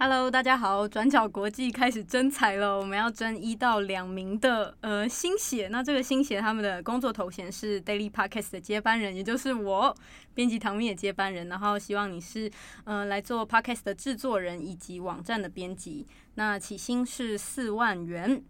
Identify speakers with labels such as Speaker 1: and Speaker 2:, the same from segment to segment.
Speaker 1: Hello，大家好，转角国际开始征才了，我们要征一到两名的呃新血。那这个新血他们的工作头衔是 Daily Podcast 的接班人，也就是我，编辑唐明也接班人。然后希望你是呃来做 Podcast 的制作人以及网站的编辑。那起薪是四万元。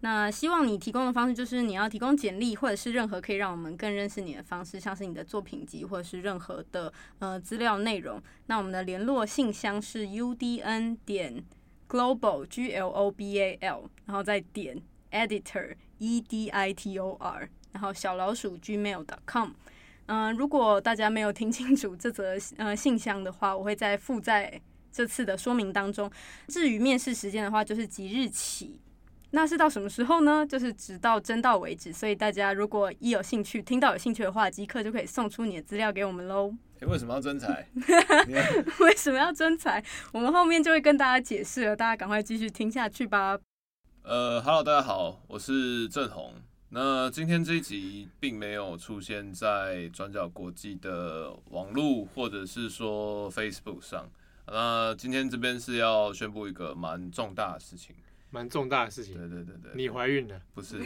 Speaker 1: 那希望你提供的方式就是你要提供简历，或者是任何可以让我们更认识你的方式，像是你的作品集或者是任何的呃资料内容。那我们的联络信箱是 udn 点 global g l o b a l，然后再点 editor e d i t o r，然后小老鼠 gmail.com。嗯、如果大家没有听清楚这则呃信箱的话，我会在附在这次的说明当中。至于面试时间的话，就是即日起。那是到什么时候呢？就是直到征到为止。所以大家如果一有兴趣，听到有兴趣的话，即刻就可以送出你的资料给我们喽。
Speaker 2: 诶为什么要征才？ 你
Speaker 1: 为什么要征才？我们后面就会跟大家解释了，大家赶快继续听下去吧。
Speaker 2: 呃，Hello，大家好，我是郑红。那今天这一集并没有出现在转角国际的网络或者是说 Facebook 上。那今天这边是要宣布一个蛮重大的事情。
Speaker 3: 蛮重大的事
Speaker 2: 对
Speaker 3: 情。
Speaker 2: 对对对，
Speaker 3: 你怀孕了，
Speaker 2: 不是，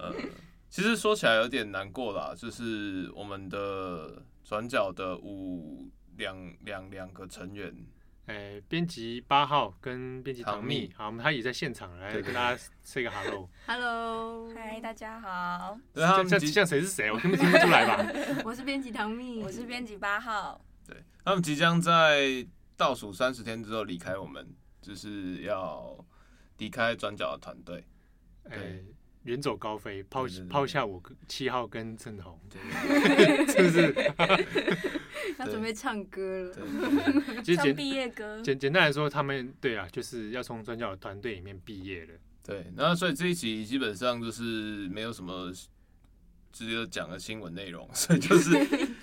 Speaker 2: 呃，其实说起来有点难过啦，就是我们的转角的五两两两个成员，
Speaker 3: 哎、编辑八号跟编辑唐
Speaker 2: 唐
Speaker 3: 蜜，好，我们他也在现场，来
Speaker 2: 对对
Speaker 3: 跟大家 say 个 hello。
Speaker 1: Hello，
Speaker 4: 嗨，大家好，
Speaker 2: 对他们
Speaker 3: 像
Speaker 2: 即
Speaker 3: 像谁是谁，我根本听不出 来吧？
Speaker 1: 我是编辑唐蜜，
Speaker 4: 我是编辑八号，
Speaker 2: 对他们即将在倒数三十天之后离开我们，就是要离开转角的团队。
Speaker 3: 哎、
Speaker 2: 对
Speaker 3: 远走高飞，抛
Speaker 2: 对对对
Speaker 3: 抛下我跟七号跟郑红，
Speaker 2: 对
Speaker 3: 是不是？
Speaker 1: 要
Speaker 2: 对
Speaker 1: 准备唱歌了。
Speaker 2: 对
Speaker 3: 其实
Speaker 4: 唱
Speaker 3: 简
Speaker 4: 毕 业歌，
Speaker 3: 简简单来说，他们对啊，就是要从专教的团队里面毕业了。
Speaker 2: 对，那所以这一集基本上就是没有什么值得讲的新闻内容，所以就是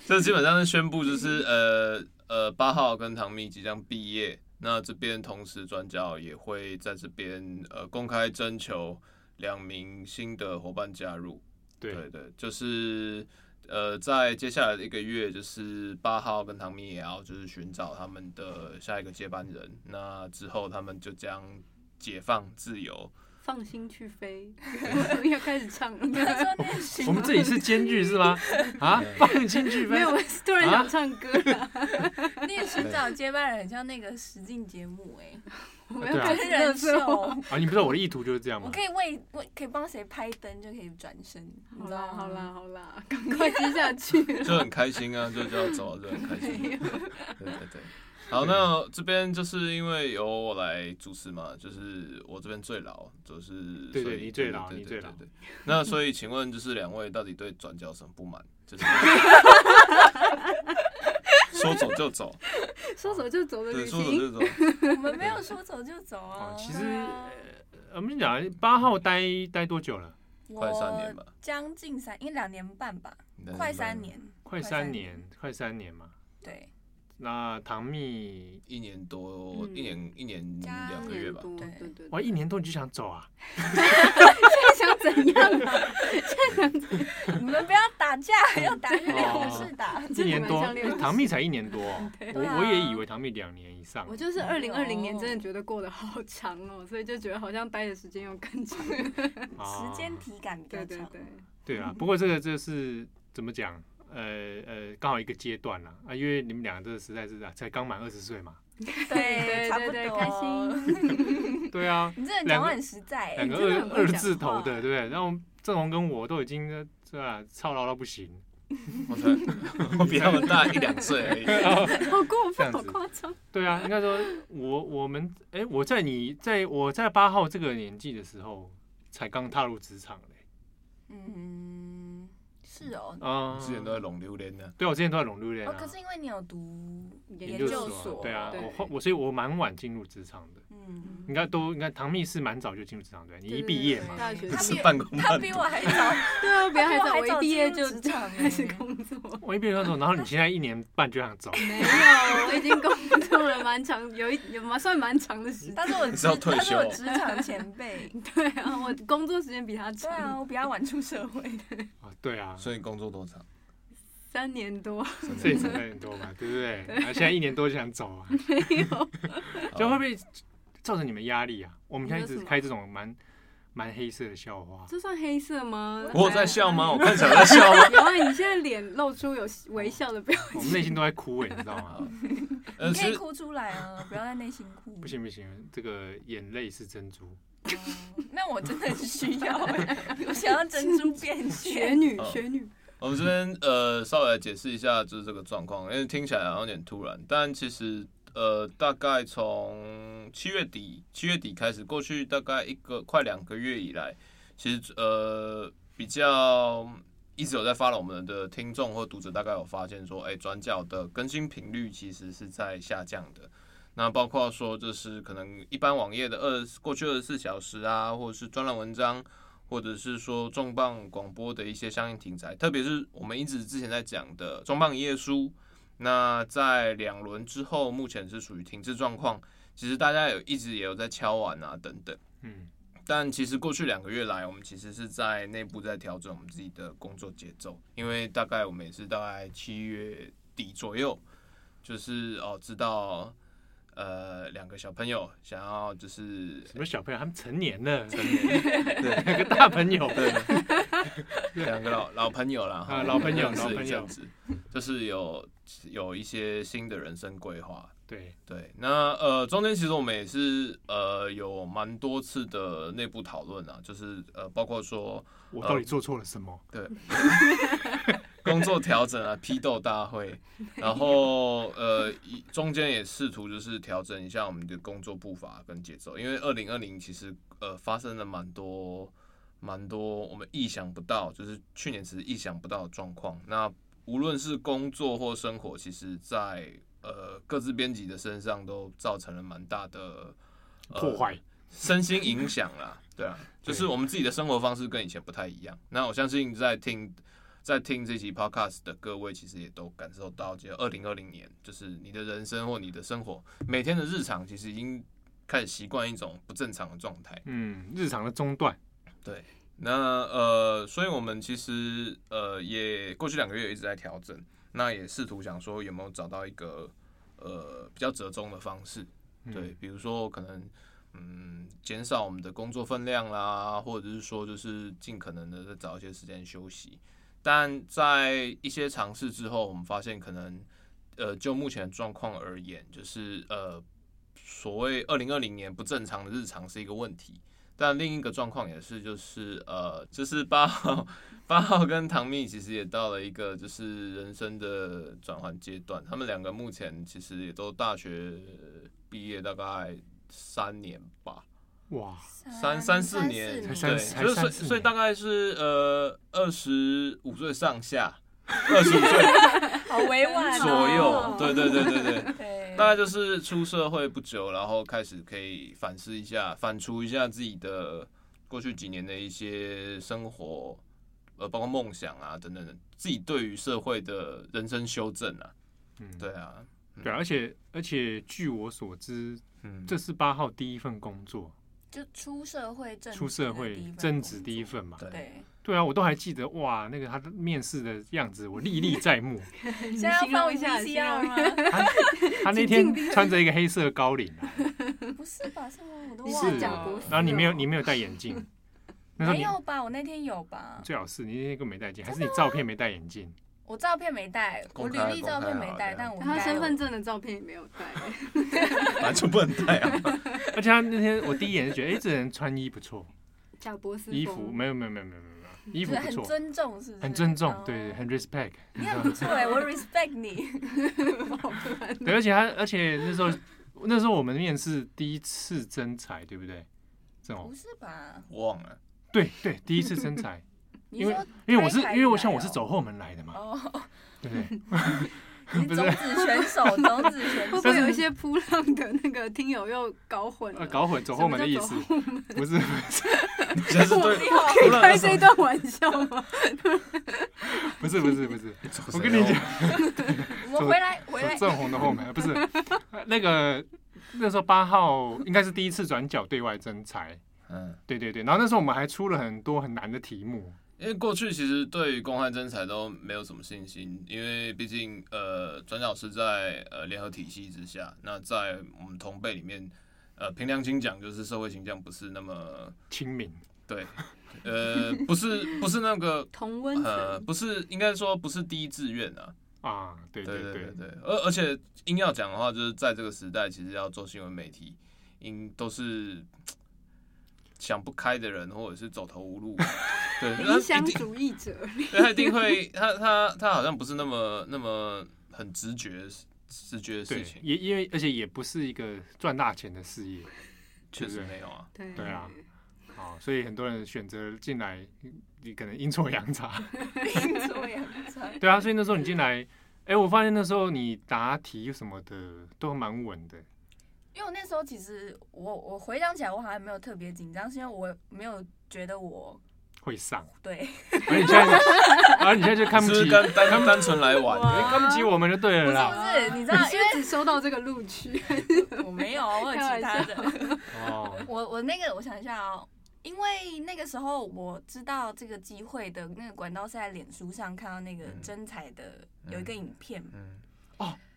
Speaker 2: 这基本上是宣布就是呃呃八号跟唐蜜即将毕业，那这边同时转角也会在这边呃公开征求两名新的伙伴加入。
Speaker 3: 对，
Speaker 2: 对对，就是呃，在接下来的一个月，就是八号跟唐明也要就是寻找他们的下一个接班人。那之后他们就将解放自由。
Speaker 1: 放心去 飞，要开始 唱
Speaker 4: 他
Speaker 1: 了。
Speaker 4: 说那是
Speaker 3: 我们这里是监狱 是吗？啊，放进去
Speaker 1: 没
Speaker 3: 呗
Speaker 1: 有，。我是突然
Speaker 2: 啊
Speaker 1: 想唱歌啊啦。
Speaker 4: 那个寻找接班人，很像那个实境节目哎、
Speaker 1: 我们要开始
Speaker 4: 真
Speaker 1: 热
Speaker 4: 人
Speaker 1: 奏。
Speaker 4: 秀。
Speaker 3: 啊，你不知道我的意图就是这样
Speaker 4: 我
Speaker 3: 吗？
Speaker 4: 可以为为可以帮谁拍灯就可以转身，你
Speaker 1: 好
Speaker 4: 知道
Speaker 1: 啦
Speaker 4: 吗？
Speaker 1: 好啦，好啦，赶快接下去了。
Speaker 2: 就很开心啊，就就要走了，就很开心。对对对。好，那这边就是因为由我来主持嘛，就是我这边最老，就是
Speaker 3: 对对
Speaker 2: 所以
Speaker 3: 你最老
Speaker 2: 对对
Speaker 3: 你最老
Speaker 2: 对对对那所以，请问就是两位到底对转角有什么不满？就是说走就走，
Speaker 1: 说走就走的
Speaker 2: 对，
Speaker 1: 旅
Speaker 2: 说走
Speaker 1: 行，
Speaker 2: 就走。
Speaker 4: 我们没有说走就走啊
Speaker 3: 哦，。其实
Speaker 4: 对啊
Speaker 3: 呃我们讲八号待待多久了？
Speaker 2: 快三年
Speaker 4: 我
Speaker 2: 吧，
Speaker 4: 将近三，应该两年半吧，
Speaker 2: 你的
Speaker 4: 快
Speaker 2: 人
Speaker 4: 三
Speaker 2: 脉
Speaker 4: 年，
Speaker 3: 快三年，，快三年嘛。
Speaker 4: 对
Speaker 3: 那唐蜜，
Speaker 2: 一年多，
Speaker 1: 嗯
Speaker 2: 一年一年
Speaker 4: 加
Speaker 2: 两个月吧。
Speaker 1: 对
Speaker 4: 对
Speaker 1: 对对。
Speaker 3: 我一年多你就想走 啊？
Speaker 1: 在想怎样 啊？
Speaker 4: 你们不要打架，要打就两是打。
Speaker 3: 一
Speaker 1: 真的
Speaker 3: 年
Speaker 1: 蛮
Speaker 3: 多哎啊
Speaker 1: 像六，十
Speaker 3: 唐蜜才一 年多哦、我
Speaker 4: 对啊
Speaker 3: 我也以为唐蜜两年以上
Speaker 1: 我。就是二零二零年
Speaker 4: 哦
Speaker 1: 真的觉得过得好长哦，所以就觉得好像待的时间又更长。
Speaker 3: 啊
Speaker 4: 时间体感比较
Speaker 1: 对
Speaker 4: 长，
Speaker 1: 对对，
Speaker 3: 对啊，不过这个就是怎么讲？呃呃，刚好一个阶段啦啊，因为你们两个这个实在是啊，才刚满二十 岁嘛。
Speaker 4: 对，
Speaker 1: 对
Speaker 4: 差不
Speaker 1: 对对，
Speaker 4: 多。
Speaker 1: 开心。
Speaker 3: 对啊，
Speaker 4: 你这人讲话很实在、
Speaker 3: 两
Speaker 4: 欸，
Speaker 3: 个
Speaker 1: 真的很
Speaker 3: 二
Speaker 1: 会
Speaker 3: 二
Speaker 1: 讲
Speaker 3: 字头
Speaker 4: 话
Speaker 3: 的，对不对？然后郑红跟我都已经呃是吧，操劳到不行。
Speaker 2: 我才 我比他们大一两岁 而已。
Speaker 1: 好过
Speaker 3: 这
Speaker 1: 分，
Speaker 3: 样子
Speaker 1: 好夸张。
Speaker 3: 对啊，应该说我我们哎、我在你在我在八号这个年纪的时候，才刚踏入职场嘞、
Speaker 4: 嗯，是哦。
Speaker 3: 啊、
Speaker 2: 之前都在拢榴莲呢。
Speaker 3: 对啊，我之前都在龙路恋
Speaker 4: 哦，
Speaker 3: 啊，
Speaker 4: 可是因为你有读，
Speaker 3: 研
Speaker 4: 究
Speaker 3: 所
Speaker 4: 所
Speaker 3: 对啊，
Speaker 1: 对
Speaker 3: 我后我所以我蛮晚进入职场的，
Speaker 4: 嗯，
Speaker 3: 应该都应该唐蜜是蛮早就进入职场对，你一毕业嘛，
Speaker 1: 大学
Speaker 4: 他
Speaker 1: 生
Speaker 4: 比
Speaker 2: 是半工
Speaker 4: 他
Speaker 2: 半
Speaker 4: 比
Speaker 2: 读
Speaker 4: 我还 早，
Speaker 1: 对啊，不要害
Speaker 4: 我
Speaker 1: 臊，
Speaker 4: 还
Speaker 1: 我
Speaker 4: 早
Speaker 1: 一毕业就
Speaker 4: 进入职场
Speaker 1: 开始
Speaker 4: 欸
Speaker 1: 工 作。
Speaker 3: 我一毕业的时候，然后你现在一年半就想走，
Speaker 1: 没有，我已经工作了蛮长，有一有蛮算蛮长的时间。
Speaker 4: 但是我
Speaker 2: 你
Speaker 4: 职
Speaker 2: 是要退
Speaker 4: 但是我
Speaker 2: 休
Speaker 4: 职场前 辈，
Speaker 1: 对啊，我工作时间比他
Speaker 4: 对啊，
Speaker 1: 长。
Speaker 4: 我比较晚出社会，
Speaker 3: 啊对啊，
Speaker 2: 所以你工作多长？
Speaker 1: 三年多，
Speaker 3: 这也准备很多嘛，对不对？啊，现在一年多就想走 啊，
Speaker 1: 没有，
Speaker 3: 就会不会造成你们压力啊？我们现在一
Speaker 1: 你说
Speaker 3: 直
Speaker 1: 什么
Speaker 3: 开这种蛮蛮黑色的笑话，
Speaker 1: 这算黑色吗？
Speaker 2: 我有在笑吗？我看起来在笑 吗？
Speaker 1: 有啊，你现在脸露出有微笑的表情。
Speaker 3: 我们内心都在枯萎，你知道吗？
Speaker 2: 呃，
Speaker 4: 可
Speaker 2: 其
Speaker 4: 以
Speaker 2: 实
Speaker 4: 哭出来啊，不要在内心哭。
Speaker 3: 不行不行，这个眼泪是珍珠，
Speaker 4: 哦，那我真的很需要 欸，我想要珍珠变
Speaker 1: 雪
Speaker 4: 现。
Speaker 1: 女，
Speaker 2: 哦
Speaker 1: 雪女，
Speaker 2: 我们这边呃稍微来解释一下就是这个状况，因为听起来好像有点突然，但其实呃大概从七月底七月底开始，过去大概一个快两个月以来，其实呃比较一直有在发了我们的听众或读者大概有发现说，哎、转角的更新频率其实是在下降的。那包括说，就是可能一般网页的二过去二十四小时啊，或者是专栏文章，或者是说重磅广播的一些相应题材，特别是我们一直之前在讲的重磅一页书，那在两轮之后，目前是属于停滞状况。其实大家有一直也有在敲碗啊等等，
Speaker 3: 嗯，
Speaker 2: 但其实过去两个月来，我们其实是在内部在调整我们自己的工作节奏，因为大概我们也是大概七月底左右，就是哦知道呃两个小朋友想要就是
Speaker 3: 什么小朋友他们成年了， 两个大朋友，
Speaker 2: 两个老老朋友啦，哈
Speaker 3: 啊老朋 友
Speaker 2: 认识
Speaker 3: 老朋友
Speaker 2: 一阵子，就是有有一些新的人生规划。
Speaker 3: 对，
Speaker 2: 对，那呃中间其实我们也是呃有蛮多次的内部讨论啊，就是呃包括说
Speaker 3: 我到底做错了什么？
Speaker 2: 对工作调整啊批斗大会，然后呃一中间也试图就是调整一下我们的工作步伐跟节奏，因为二零二零其实呃发生了蛮多蛮多我们意想不到，就是去年其实意想不到的状况。那无论是工作或生活，其实在呃各自编辑的身上都造成了蛮大的、呃
Speaker 3: 破坏，
Speaker 2: 身心影响啦，对啊，
Speaker 3: 对
Speaker 2: 就是我们自己的生活方式跟以前不太一样。那我相信在听在听这期 podcast 的各位，其实也都感受到，就二零二零年，就是你的人生或你的生活每天的日常，其实已经开始习惯一种不正常的状态。
Speaker 3: 嗯，日常的中断，
Speaker 2: 对，那呃，所以我们其实呃也过去两个月一直在调整，那也试图想说有没有找到一个呃比较折中的方式。
Speaker 3: 嗯
Speaker 2: 对，，比如说可能嗯减少我们的工作分量啦，或者是说就是尽可能的找一些时间休息。但在一些尝试之后，我们发现可能呃就目前的状况而言，就是呃所谓二零二零年不正常的日常是一个问题。但另一个状况也是，就是呃，就是八号八号跟唐蜜其实也到了一个就是人生的转换阶段，他们两个目前其实也都大学毕业大概三年吧，
Speaker 3: 哇，
Speaker 4: 嗯
Speaker 2: 三三四年，
Speaker 3: 才
Speaker 2: 对，
Speaker 3: 三才
Speaker 2: 所以所以
Speaker 3: 三四年
Speaker 2: 所以大概是呃二十五岁上下，二十五岁
Speaker 4: 好委婉哦
Speaker 2: 左右，对 对对对对。
Speaker 3: 嗯
Speaker 4: 对
Speaker 2: 大概就是出社会不久，然后开始可以反思一下、反刍一下自己的过去几年的一些生活，呃，包括梦想啊等等的，自己对于社会的人生修正啊，
Speaker 3: 嗯，
Speaker 2: 对啊，
Speaker 3: 对，而且而且据我所知，
Speaker 2: 嗯，
Speaker 3: 这是八号第一份工作，
Speaker 4: 就出社会正
Speaker 3: 出社会正职第一份嘛，
Speaker 2: 对
Speaker 4: 对，
Speaker 3: 对啊，我都还记得哇，那个他的面试的样子，我历历在 目。
Speaker 1: 现
Speaker 4: 现在要放啊 VCR 吗？
Speaker 3: 他他那天穿着一个黑色高领啊，
Speaker 4: 不 是吧？是吗？我都
Speaker 1: 你
Speaker 4: 忘
Speaker 1: 是
Speaker 4: 了。
Speaker 1: 讲不
Speaker 3: 然后你没有你没有戴眼 镜，那时候啊
Speaker 4: 没
Speaker 3: 你
Speaker 4: 有啊吧？我那天有吧？
Speaker 3: 最好是你那天根本没戴眼镜，还是你照片没戴眼镜？
Speaker 4: 我照片没带，我
Speaker 2: 公
Speaker 4: 履
Speaker 2: 开
Speaker 4: 历照片没带，
Speaker 3: 啊
Speaker 2: 公开好
Speaker 4: 但我应
Speaker 1: 他
Speaker 4: 该
Speaker 1: 身
Speaker 4: 有
Speaker 1: 份证的照片也没有带，
Speaker 2: 本来就不能带啊，
Speaker 3: 而且他那天我第一眼就觉得，哎，这人穿衣不错，
Speaker 1: 贾博士
Speaker 3: 衣服没有没有没有没有没有没有，衣服
Speaker 4: 就是
Speaker 3: 不
Speaker 4: 很
Speaker 3: 错，
Speaker 4: 尊重，是不是？
Speaker 3: 很尊重
Speaker 4: 哦，
Speaker 3: 对对，很 respect。
Speaker 4: 你很不错哎，我 respect 你。
Speaker 3: 对，而且他而且那时候那时候我们面试第一次征才，对不对？这种
Speaker 4: 不是吧？
Speaker 2: 我 忘了，
Speaker 3: 对对，第一次征才，
Speaker 4: 你
Speaker 3: 因为
Speaker 4: 说
Speaker 3: 因为我是
Speaker 4: 开台
Speaker 3: 因为我
Speaker 4: 以来
Speaker 3: 像我
Speaker 4: 哦
Speaker 3: 是走后门来的嘛，
Speaker 4: 哦，
Speaker 3: 对不对？
Speaker 4: 你
Speaker 3: 不
Speaker 4: 是
Speaker 3: 是
Speaker 4: 种子选 手，种子选
Speaker 1: 会不。
Speaker 4: 手
Speaker 1: 会有一些扑浪的那个听友又搞混了？
Speaker 3: 呃，搞混走后门的意思
Speaker 1: 什么，
Speaker 3: 不是
Speaker 2: 你现在是对，
Speaker 4: 你好
Speaker 1: 可以开这一段玩笑 吗？
Speaker 3: 不是不是不是，
Speaker 2: 我
Speaker 3: 我跟你讲，
Speaker 4: 我们回来回来，
Speaker 3: 正红的后门不是呃那个那时候八号应该是第一次转角对外征才，
Speaker 2: 嗯，
Speaker 3: 对对对，然后那时候我们还出了很多很难的题目，
Speaker 2: 因为过去其实对于公汉真才都没有什么信心，因为毕竟呃转角是在呃联合体系之下，那在我们同辈里面，呃凭良心讲，就是社会形象不是那么
Speaker 3: 亲民，
Speaker 2: 对，呃不是不是那个
Speaker 1: 同温
Speaker 2: 呃
Speaker 1: 层，
Speaker 2: 不是应该说不是第一志愿啊，
Speaker 3: 啊，对
Speaker 2: 对
Speaker 3: 对
Speaker 2: 对对，对，而而且硬要讲的话，就是在这个时代，其实要做新闻媒体，应都是想不开的人，或者是走投无路。对，
Speaker 1: 理
Speaker 2: 他
Speaker 1: 想
Speaker 2: 一定，
Speaker 1: 主义者，
Speaker 2: 对他一定会，他他他好像不是那么那么很直觉直觉的事
Speaker 3: 对，
Speaker 2: 情，
Speaker 3: 也因为而且也不是一个赚大钱的事业，
Speaker 2: 确实
Speaker 3: 对
Speaker 2: 没有啊。
Speaker 1: 对
Speaker 3: 对啊啊，所以很多人选择进来，你可能阴错阳差，
Speaker 4: 做洋葱，
Speaker 3: 对啊，所以那时候你进来，哎，我发现那时候你答题什么的都蛮稳的，
Speaker 4: 因为我那时候其实我我回想起来，我好像没有特别紧张，是因为我没有觉得我
Speaker 3: 会上，
Speaker 4: 对，
Speaker 3: 而你现在，而你现在就看
Speaker 2: 是
Speaker 3: 不
Speaker 2: 不是
Speaker 3: 起，
Speaker 2: 跟单单纯来玩？
Speaker 3: 看不起我们就对
Speaker 4: 不
Speaker 3: 了
Speaker 4: 是
Speaker 3: 啦，
Speaker 4: 不是，你知
Speaker 1: 你
Speaker 4: 道，
Speaker 1: 是不是只收到这个录 取？
Speaker 4: 因为我没有，我有其他的，
Speaker 3: 哦，
Speaker 4: 我我那个我想一下哦。因为那个时候我知道这个机会的那个管道是在脸书上看到那个
Speaker 2: 嗯
Speaker 4: 真彩的
Speaker 2: 嗯
Speaker 4: 有一个影片，
Speaker 2: 嗯，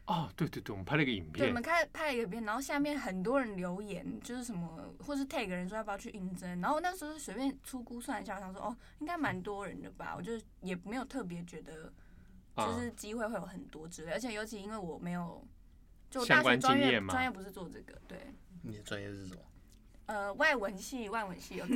Speaker 3: 哦，对对对，我们拍了一个影
Speaker 4: 对，我
Speaker 3: 片
Speaker 4: 们，看拍了一个影片，然后下面很多人留言，就是什么，或是 tag 人说要不要去应征，然后我那时候随便粗估算一下，我想说哦，应该蛮多人的吧，我就也没有特别觉得就
Speaker 3: 啊
Speaker 4: 是机会会有很多之类，而且尤其因为我没有就我
Speaker 3: 相
Speaker 4: 大学
Speaker 3: 关
Speaker 4: 专
Speaker 3: 经
Speaker 4: 业
Speaker 3: 验嘛
Speaker 4: 专业不是做这个，对，
Speaker 2: 你的专业是什么？
Speaker 4: 呃，外文系外文 系，OK，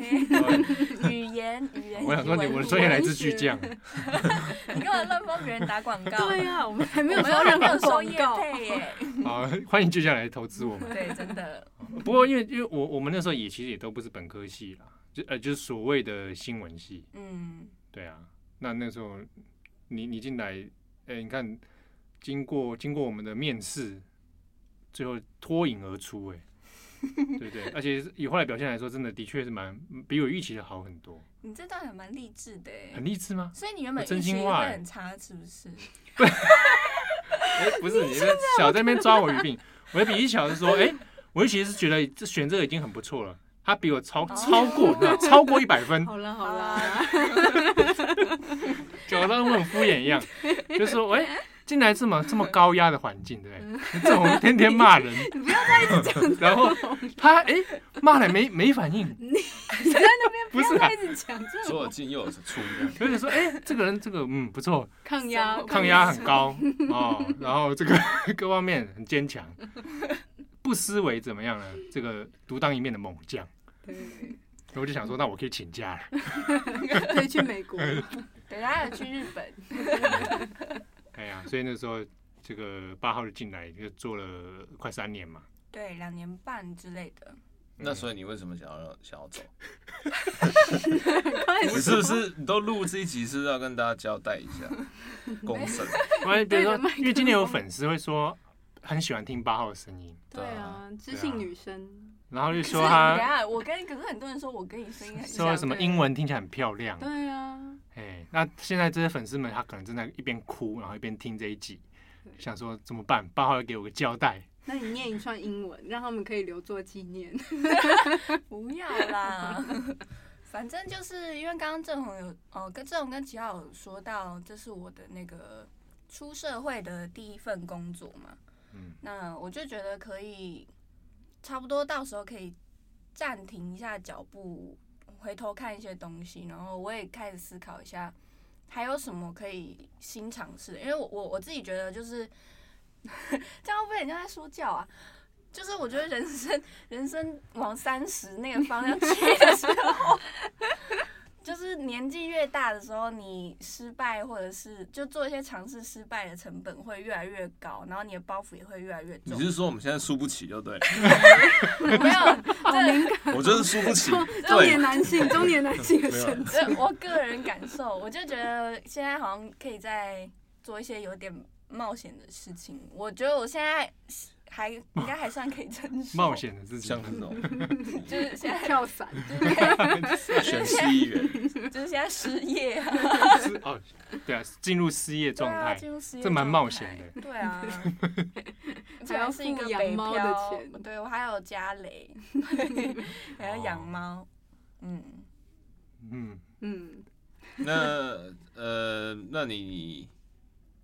Speaker 4: 语言语言，
Speaker 3: 我想说你
Speaker 4: 语文
Speaker 3: 我的专业来自
Speaker 1: 文学
Speaker 3: 巨 匠，
Speaker 4: 你干嘛乱帮别人打广告？
Speaker 1: 对啊，我们还没
Speaker 4: 我
Speaker 1: 有收
Speaker 4: 们又
Speaker 1: 到任
Speaker 4: 没有
Speaker 1: 何
Speaker 4: 收
Speaker 1: 广
Speaker 4: 业
Speaker 1: 告，
Speaker 4: 配 耶，
Speaker 3: 好，欢迎巨匠来投资我们。
Speaker 4: 对，真的，
Speaker 3: 不过因为因为我我们那时候也其实也都不是本科系啦，就呃就是所谓的新闻系，
Speaker 4: 嗯，
Speaker 3: 对啊。那那时候你你进来，呃、你看经过经过我们的面试，最后脱颖而出、哎，对不对？而且以后来表现来说，真的的确是蛮比我预期的好很多，
Speaker 4: 你这段还蛮励志的耶，
Speaker 3: 很励志 吗？
Speaker 4: 所以你原本
Speaker 3: 我真心
Speaker 4: 运气
Speaker 3: 话
Speaker 4: 会
Speaker 3: 欸
Speaker 4: 很差，是不是？
Speaker 3: 哎、不是你在小在那边抓我鱼病，我的比一小是说，哎、我其实是觉得这选这个已经很不错了，他比我超超过那超过一百分。
Speaker 1: 好啦好
Speaker 4: 好
Speaker 1: 啦
Speaker 4: 啦，
Speaker 3: 搞得我很敷衍一 样，就说喂，进来这么这么高压的环境，对不对？这种天天骂人，嗯 你不要再一直讲。然后他哎骂了没没反应，你 在那边不是啊
Speaker 1: 一？直讲这
Speaker 2: 左
Speaker 1: 种
Speaker 2: 耳进右耳出，
Speaker 3: 有点说哎，这个人这个嗯不错，
Speaker 1: 抗压
Speaker 3: 抗压很高哦，然后这个各方面很坚强，不失为怎么样呢？这个独当一面的猛将。
Speaker 1: 对，
Speaker 3: 然后我就想说，那我可以请假了。
Speaker 1: 可以去美 国，
Speaker 4: 对，他有去日本，
Speaker 3: 哎呀，所以那时候这个八号就进来，就做了快三年嘛。
Speaker 4: 对，两年半之类的。
Speaker 2: 那所以你为什么想要想 要走？
Speaker 1: 快
Speaker 2: 你是不是你都录这一集是要跟大家交代一下公审？
Speaker 3: 我比如
Speaker 1: 对着麦克，
Speaker 3: 说
Speaker 1: 风
Speaker 3: 因为今天有粉丝会说很喜欢听八号的声音，
Speaker 1: 对啊，知性女生，
Speaker 3: 然后就
Speaker 4: 可是
Speaker 3: 说
Speaker 4: 等一
Speaker 3: 他
Speaker 4: 下，我跟可是很多人说我跟你声音很像，
Speaker 3: 说什么英文听起来很漂亮，
Speaker 1: 对啊，
Speaker 3: 哎，那现在这些粉丝们他可能正在一边哭，然后一边听这一集，想说怎么办？八号要给我个交代，
Speaker 1: 那你念一串英文，让他们可以留作纪念。
Speaker 4: 不要啦。 反正就是因为刚刚郑红有哦，跟郑红跟齐浩有说到，这是我的那个出社会的第一份工作嘛。
Speaker 3: 嗯，
Speaker 4: 那我就觉得可以，差不多到时候可以暂停一下脚步，回头看一些东西，然后我也开始思考一下，还有什么可以新尝试的。因为我我我自己觉得就是 这样会不会人家在说教啊？就是我觉得人生 人生往三十那个方向去的时候， 就是年纪越大的时候，你失败或者是就做一些尝试失败的成本会越来越高，然后你的包袱也会越来越
Speaker 2: 你
Speaker 4: 重。
Speaker 2: 是说我们现在输不起就对了？
Speaker 4: 没有，这
Speaker 2: 我就是输不起，
Speaker 1: 中
Speaker 2: 对
Speaker 1: 年，男性，中年男性的身体，
Speaker 4: 这我个人感受，我就觉得现在好像可以再做一些有点冒险的事情。我觉得我现在还应该还算可以承受，
Speaker 3: 冒险的事
Speaker 2: 像
Speaker 3: 情，
Speaker 2: 那种
Speaker 4: 就是 现在
Speaker 1: 跳伞，
Speaker 2: 选市议员，
Speaker 4: 就是现在失业啊，
Speaker 3: 是哦，对啊，进入失业
Speaker 4: 对
Speaker 3: 状
Speaker 4: 啊，
Speaker 3: 态，
Speaker 4: 进入失业，
Speaker 3: 这蛮冒险的。
Speaker 4: 对啊，而且
Speaker 1: 还要
Speaker 4: 是一个
Speaker 1: 付养
Speaker 4: 北
Speaker 1: 猫的
Speaker 4: 漂
Speaker 1: 钱
Speaker 4: 对我还有家累，还要养猫，嗯，
Speaker 3: 嗯，
Speaker 1: 嗯，
Speaker 2: 那呃，那你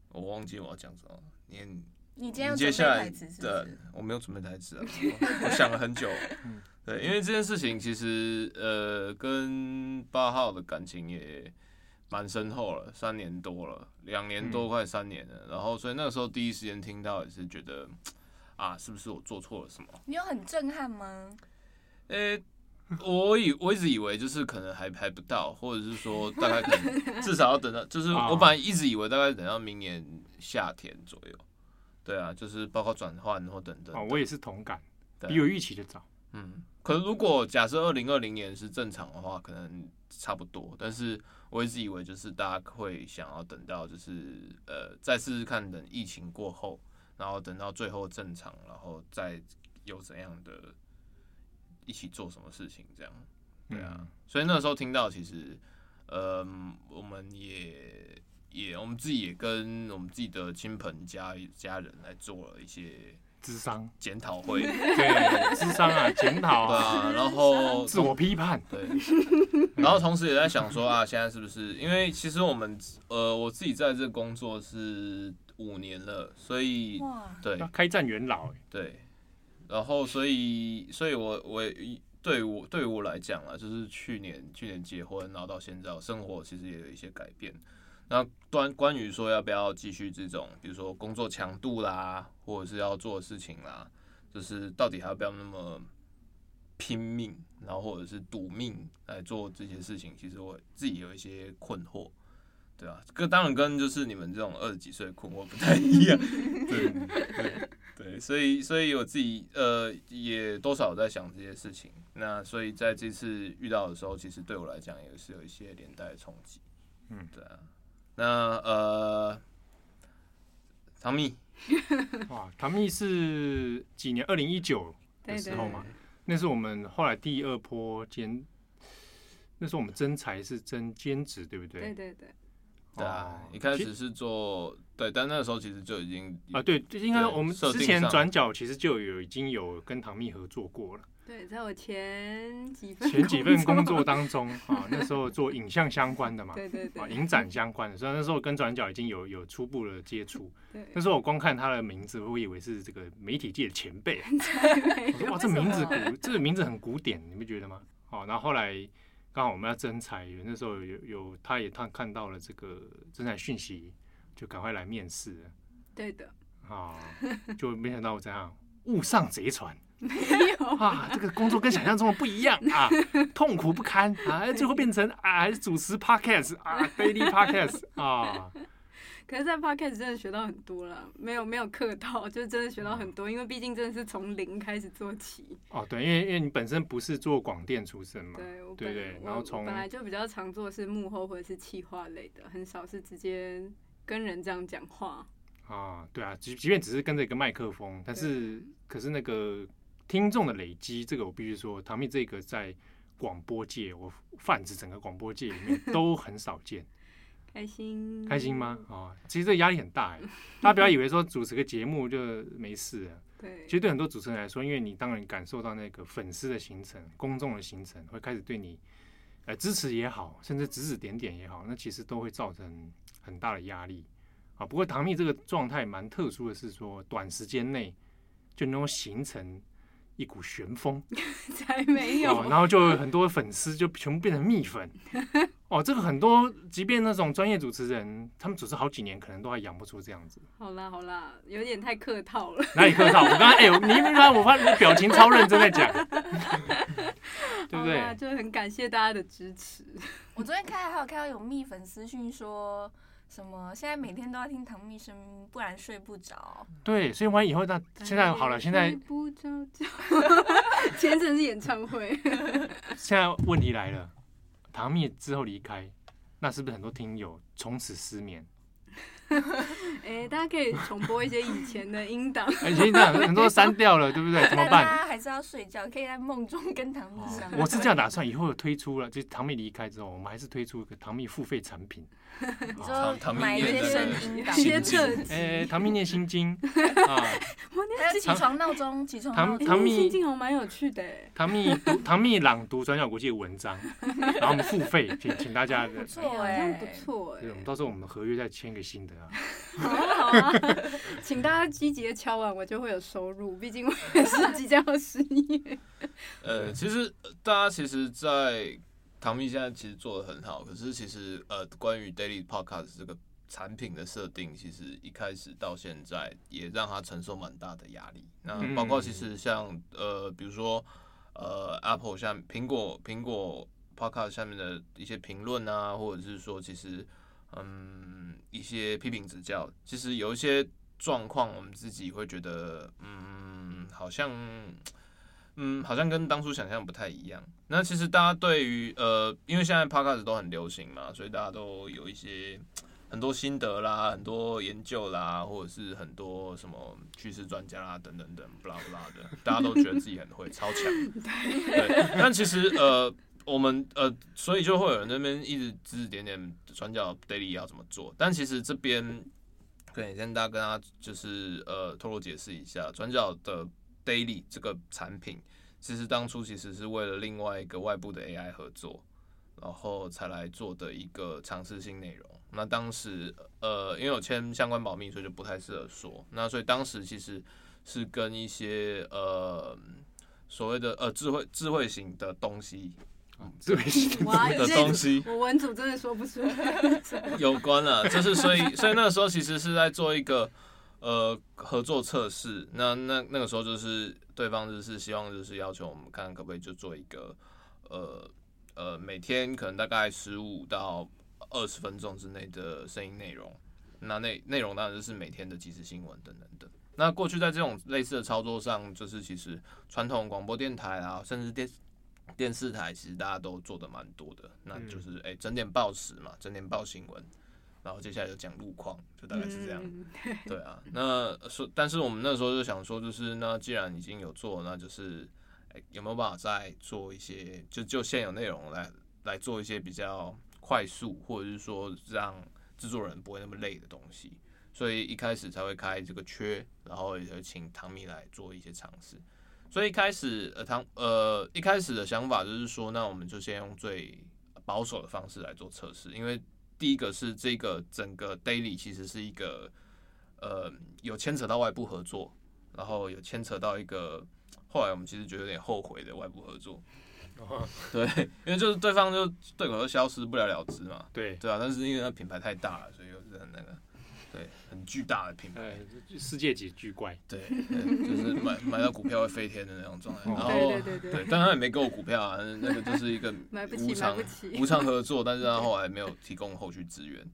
Speaker 2: 我忘记我要讲什么了，你很
Speaker 4: 你今天要
Speaker 2: 你
Speaker 4: 准
Speaker 2: 接
Speaker 4: 备
Speaker 2: 下来
Speaker 4: 台词是不
Speaker 3: 哦
Speaker 2: 的
Speaker 4: 是？
Speaker 2: 我没有准备台词啊，我我想了很久
Speaker 3: 嗯。
Speaker 2: 对，因为这件事情其实呃跟八号的感情也蛮深厚了，三年多了，两年多
Speaker 3: 嗯
Speaker 2: 快三年了。然后所以那个时候第一时间听到也是觉得啊，是不是我做错了什么？
Speaker 4: 你有很震撼吗？
Speaker 2: 诶、我以我一直以为就是可能还还不到，或者是说大概可能至少要等到，就是
Speaker 3: 啊
Speaker 2: 我本来一直以为大概等到明年夏天左右。对啊，就是包括转换或等等
Speaker 3: 哦，。我也是同感，
Speaker 2: 对
Speaker 3: 比我预期的早。
Speaker 2: 嗯，可能如果假设二零二零年是正常的话，可能差不多。但是我一直以为就是大家会想要等到就是呃再试试看，等疫情过后，然后等到最后正常，然后再有怎样的一起做什么事情这样。
Speaker 3: 嗯
Speaker 2: 对啊，所以那时候听到，其实，呃，我们也也我们自己也跟我们自己的亲朋家家人来做了一些
Speaker 3: 智商，
Speaker 2: 检讨 会，对
Speaker 3: 对，智商啊，检讨啊，
Speaker 2: 啊，然后
Speaker 3: 自我批判，
Speaker 2: 对， 然后同时也在想说啊，现在是不是因为其实我们呃我自己在这工作是五年了，所以
Speaker 4: 哇，
Speaker 2: 对
Speaker 3: 要开战元老欸，
Speaker 2: 对，然后所以，所以我我也对我对我来讲啊，就是去年去年结婚，然后到现在，我生活其实也有一些改变。那关关于说要不要继续这种，比如说工作强度啦，或者是要做的事情啦，就是到底还要不要那么拼命，然后或者是赌命来做这些事情，其实我自己有一些困惑，对啊，跟当然跟就是你们这种二十几岁的困惑不太一样，对对对，所以所以我自己呃也多少有在想这些事情，那所以在这次遇到的时候，其实对我来讲也是有一些连带的冲击，
Speaker 3: 嗯
Speaker 2: 对啊，那呃，唐蜜
Speaker 3: 哇，唐蜜是几年？二零一九，
Speaker 1: 对
Speaker 3: 的
Speaker 1: 对
Speaker 3: 时候嘛
Speaker 1: 对，
Speaker 3: 那是我们后来第二波兼，那时候我们真才是真兼职，对不对？
Speaker 1: 对对对，
Speaker 2: 对啊
Speaker 3: 哦，
Speaker 2: 一开
Speaker 3: 其
Speaker 2: 始是做对，但那时候其实就已经
Speaker 3: 啊，对，就应该
Speaker 2: 对
Speaker 3: 我们
Speaker 2: 设
Speaker 3: 之
Speaker 2: 定
Speaker 3: 前
Speaker 2: 上
Speaker 3: 转角其实就有已经有跟唐蜜合作 过了，
Speaker 1: 对，在我前几份
Speaker 3: 前几份工作，当中啊，那时候做影像相关的嘛，
Speaker 1: 对对
Speaker 3: 啊，
Speaker 1: 对
Speaker 3: 影展相关的，所以那时候跟转角已经有有初步的接触。
Speaker 1: 对，
Speaker 3: 那时候我光看他的名字，我以为是这个媒体界的前辈，啊 我说哇，这
Speaker 4: 为什
Speaker 3: 名字
Speaker 4: 么
Speaker 1: 啊
Speaker 3: 古，这个名字很古典，你不觉得吗？哦，然后后来刚好我们要征才，有那时候有有他也看看到了这个征才讯息，就赶快来面试了
Speaker 1: 对的，
Speaker 3: 啊、就没想到我这样误上贼船
Speaker 1: 没有，
Speaker 3: 啊，这个工作跟想象中的不一样啊，痛苦不堪啊，最后变成啊还是主持 podcast 啊，daily podcast 啊，
Speaker 1: 可是，在 podcast 真的学到很多了，没有没有客套，就真的学到很多，因为毕竟真的是从零开始做起。
Speaker 3: 哦对，因为因为你本身不是做广电出身嘛，
Speaker 1: 对，我
Speaker 3: 对
Speaker 1: 本
Speaker 3: 对
Speaker 1: 我
Speaker 3: 然后
Speaker 1: 我
Speaker 3: 从
Speaker 1: 本来就比较常做的是幕后或者是企划类的，很少是直接跟人这样讲话。
Speaker 3: 啊，对啊，即即便只是跟着一个麦克风，但是可是那个听众的累积，这个我必须说，唐蜜这个在广播界，我泛指整个广播界里面都很少见。
Speaker 1: 开心，
Speaker 3: 开心吗？？啊，其实这个压力很大哎，大家不要以为说主持个节目就没事了。
Speaker 1: 对，
Speaker 3: 其实对很多主持人来说，因为你当然感受到那个粉丝的形成、公众的形成，会开始对你呃支持也好，甚至指指点点也好，那其实都会造成很大的压力啊。不过唐蜜这个状态蛮特殊的是说，短时间内就能够形成一股旋风
Speaker 1: 才没有。
Speaker 3: 哦，然后就有很多粉丝就全部变成蜜粉哦。这个很多，即便那种专业主持人，他们主持好几年，可能都还养不出这样子。
Speaker 1: 好啦好啦，有点太客套了。
Speaker 3: 哪里客套？我刚刚哎，你一般我发现你的表情超认真在讲，对不
Speaker 1: 好啦，
Speaker 3: 对？
Speaker 1: 就很感谢大家的支持。
Speaker 4: 我昨天看还有看到有蜜粉私讯说什么，现在每天都要听唐蜜声音，不然睡不着。
Speaker 3: 对，所以万一以后那现在好了，现在
Speaker 1: 睡不着 觉，前阵是演唱会，
Speaker 3: 现在问题来了，唐蜜之后离开，那是不是很多听友从此失眠？
Speaker 1: 哎、大家可以重播一些以前的音档。
Speaker 3: 哎，现在很多删掉了，对不 对？怎么
Speaker 4: 但大
Speaker 3: 办？哦
Speaker 4: 家还是要睡觉，可以在梦中跟唐蜜相
Speaker 3: 我是这样打算，以后有推出了，就是糖蜜离开之后，我们还是推出一个糖蜜付费产品。
Speaker 4: 你
Speaker 3: 啊
Speaker 4: 说
Speaker 2: 唐蜜
Speaker 4: 买一
Speaker 1: 念
Speaker 4: 些
Speaker 1: 的
Speaker 4: 声音档，
Speaker 1: 一些
Speaker 2: 心
Speaker 1: 正
Speaker 2: 经
Speaker 3: 哎，糖蜜念心经
Speaker 1: 哇，
Speaker 3: 啊，
Speaker 1: 那
Speaker 4: 还有
Speaker 1: 自己
Speaker 4: 起床闹钟，起床闹
Speaker 1: 哎
Speaker 4: 钟，
Speaker 3: 唐
Speaker 1: 那
Speaker 3: 蜜
Speaker 1: 心境好蛮有趣的哎。
Speaker 3: 糖蜜读糖蜜朗读转角国际的文章，然后我们付费，请请大家的
Speaker 4: 不。错
Speaker 1: 好像不
Speaker 4: 哎
Speaker 1: 错哎、
Speaker 3: 对，我们到时候我们合约再签个新的 啊。
Speaker 1: 好啊好啊，请大家积极的敲完，我就会有收入。毕竟我也是即将要失业。
Speaker 2: 呃，其实呃大家其实，在唐蜜现在其实做的很好，可是其实呃，关于 Daily Podcast 这个产品的设定，其实一开始到现在也让他承受蛮大的压力。那包括其实像呃，比如说呃，Apple 下面苹果苹果 Podcast 下面的一些评论啊，或者是说其实嗯一些批评指教，其实有一些状况，我们自己会觉得嗯好像。嗯，好像跟当初想象不太一样。那其实大家对于呃，因为现在 podcast 都很流行嘛，所以大家都有一些很多心得啦、很多研究啦，或者是很多什么趋势专家啦等等等，blah blah 的，大家都觉得自己很会，超强。对，但其实呃，我们呃，所以就会有人在那边一直指指点点转角 daily 要怎么做，但其实这边可以先大家跟大家就是呃透露解释一下，转角的 daily 这个产品。其实当初其实是为了另外一个外部的 AI 合作，然后才来做的一个尝试性内容。那当时呃，因为有签相关保密，所以就不太适合说。那所以当时其实是跟一些呃所谓的呃智慧智慧型的东西
Speaker 3: 这位是
Speaker 1: 哇，
Speaker 2: 的
Speaker 1: 这
Speaker 2: 东西
Speaker 1: 我文组真的说不出来。
Speaker 2: 有关啊，就是所以所以那个时候其实是在做一个呃合作测试。那那那个时候就是对方就是希望就是要求我们看可不可以就做一个呃呃每天可能大概十五到二十分钟之内的声音内容。那内内容当然就是每天的即时新闻等等等。那过去在这种类似的操作上，就是其实传统广播电台啊，甚至电电视台，其实大家都做的蛮多的。那就是哎、整点报时嘛，整点报新闻，然后接下来就讲路况，就大概是这样。
Speaker 1: 嗯
Speaker 2: 对啊，那说，但是我们那时候就想说，就是那既然已经有做，那就是、哎有没有办法再做一些，就就现有内容来来做一些比较快速，或者是说让制作人不会那么累的东西。所以一开始才会开这个缺，然后也会请唐米来做一些尝试。所以一开始，呃，唐呃一开始的想法就是说，那我们就先用最保守的方式来做测试，因为第一个是这个整个 daily 其实是一个呃有牵扯到外部合作，然后有牵扯到一个后来我们其实觉得有点后悔的外部合作， 对，因为就是对方就对口就消失不了了之嘛，
Speaker 3: 对，
Speaker 2: 对啊，但是因为那品牌太大了，所以又是很那个，对，很巨大的品牌，
Speaker 3: 呃，世界级巨 怪。
Speaker 2: 对，对就是买买到股票会飞天的那种状态，
Speaker 3: 哦
Speaker 2: 然后
Speaker 1: 对对对
Speaker 2: 对
Speaker 1: 对，，
Speaker 2: 但他也没给我股票啊，那个就是一个
Speaker 1: 买不起
Speaker 2: 无偿
Speaker 1: 买不起
Speaker 2: 无偿合 作，但是他后来没有提供后续资源。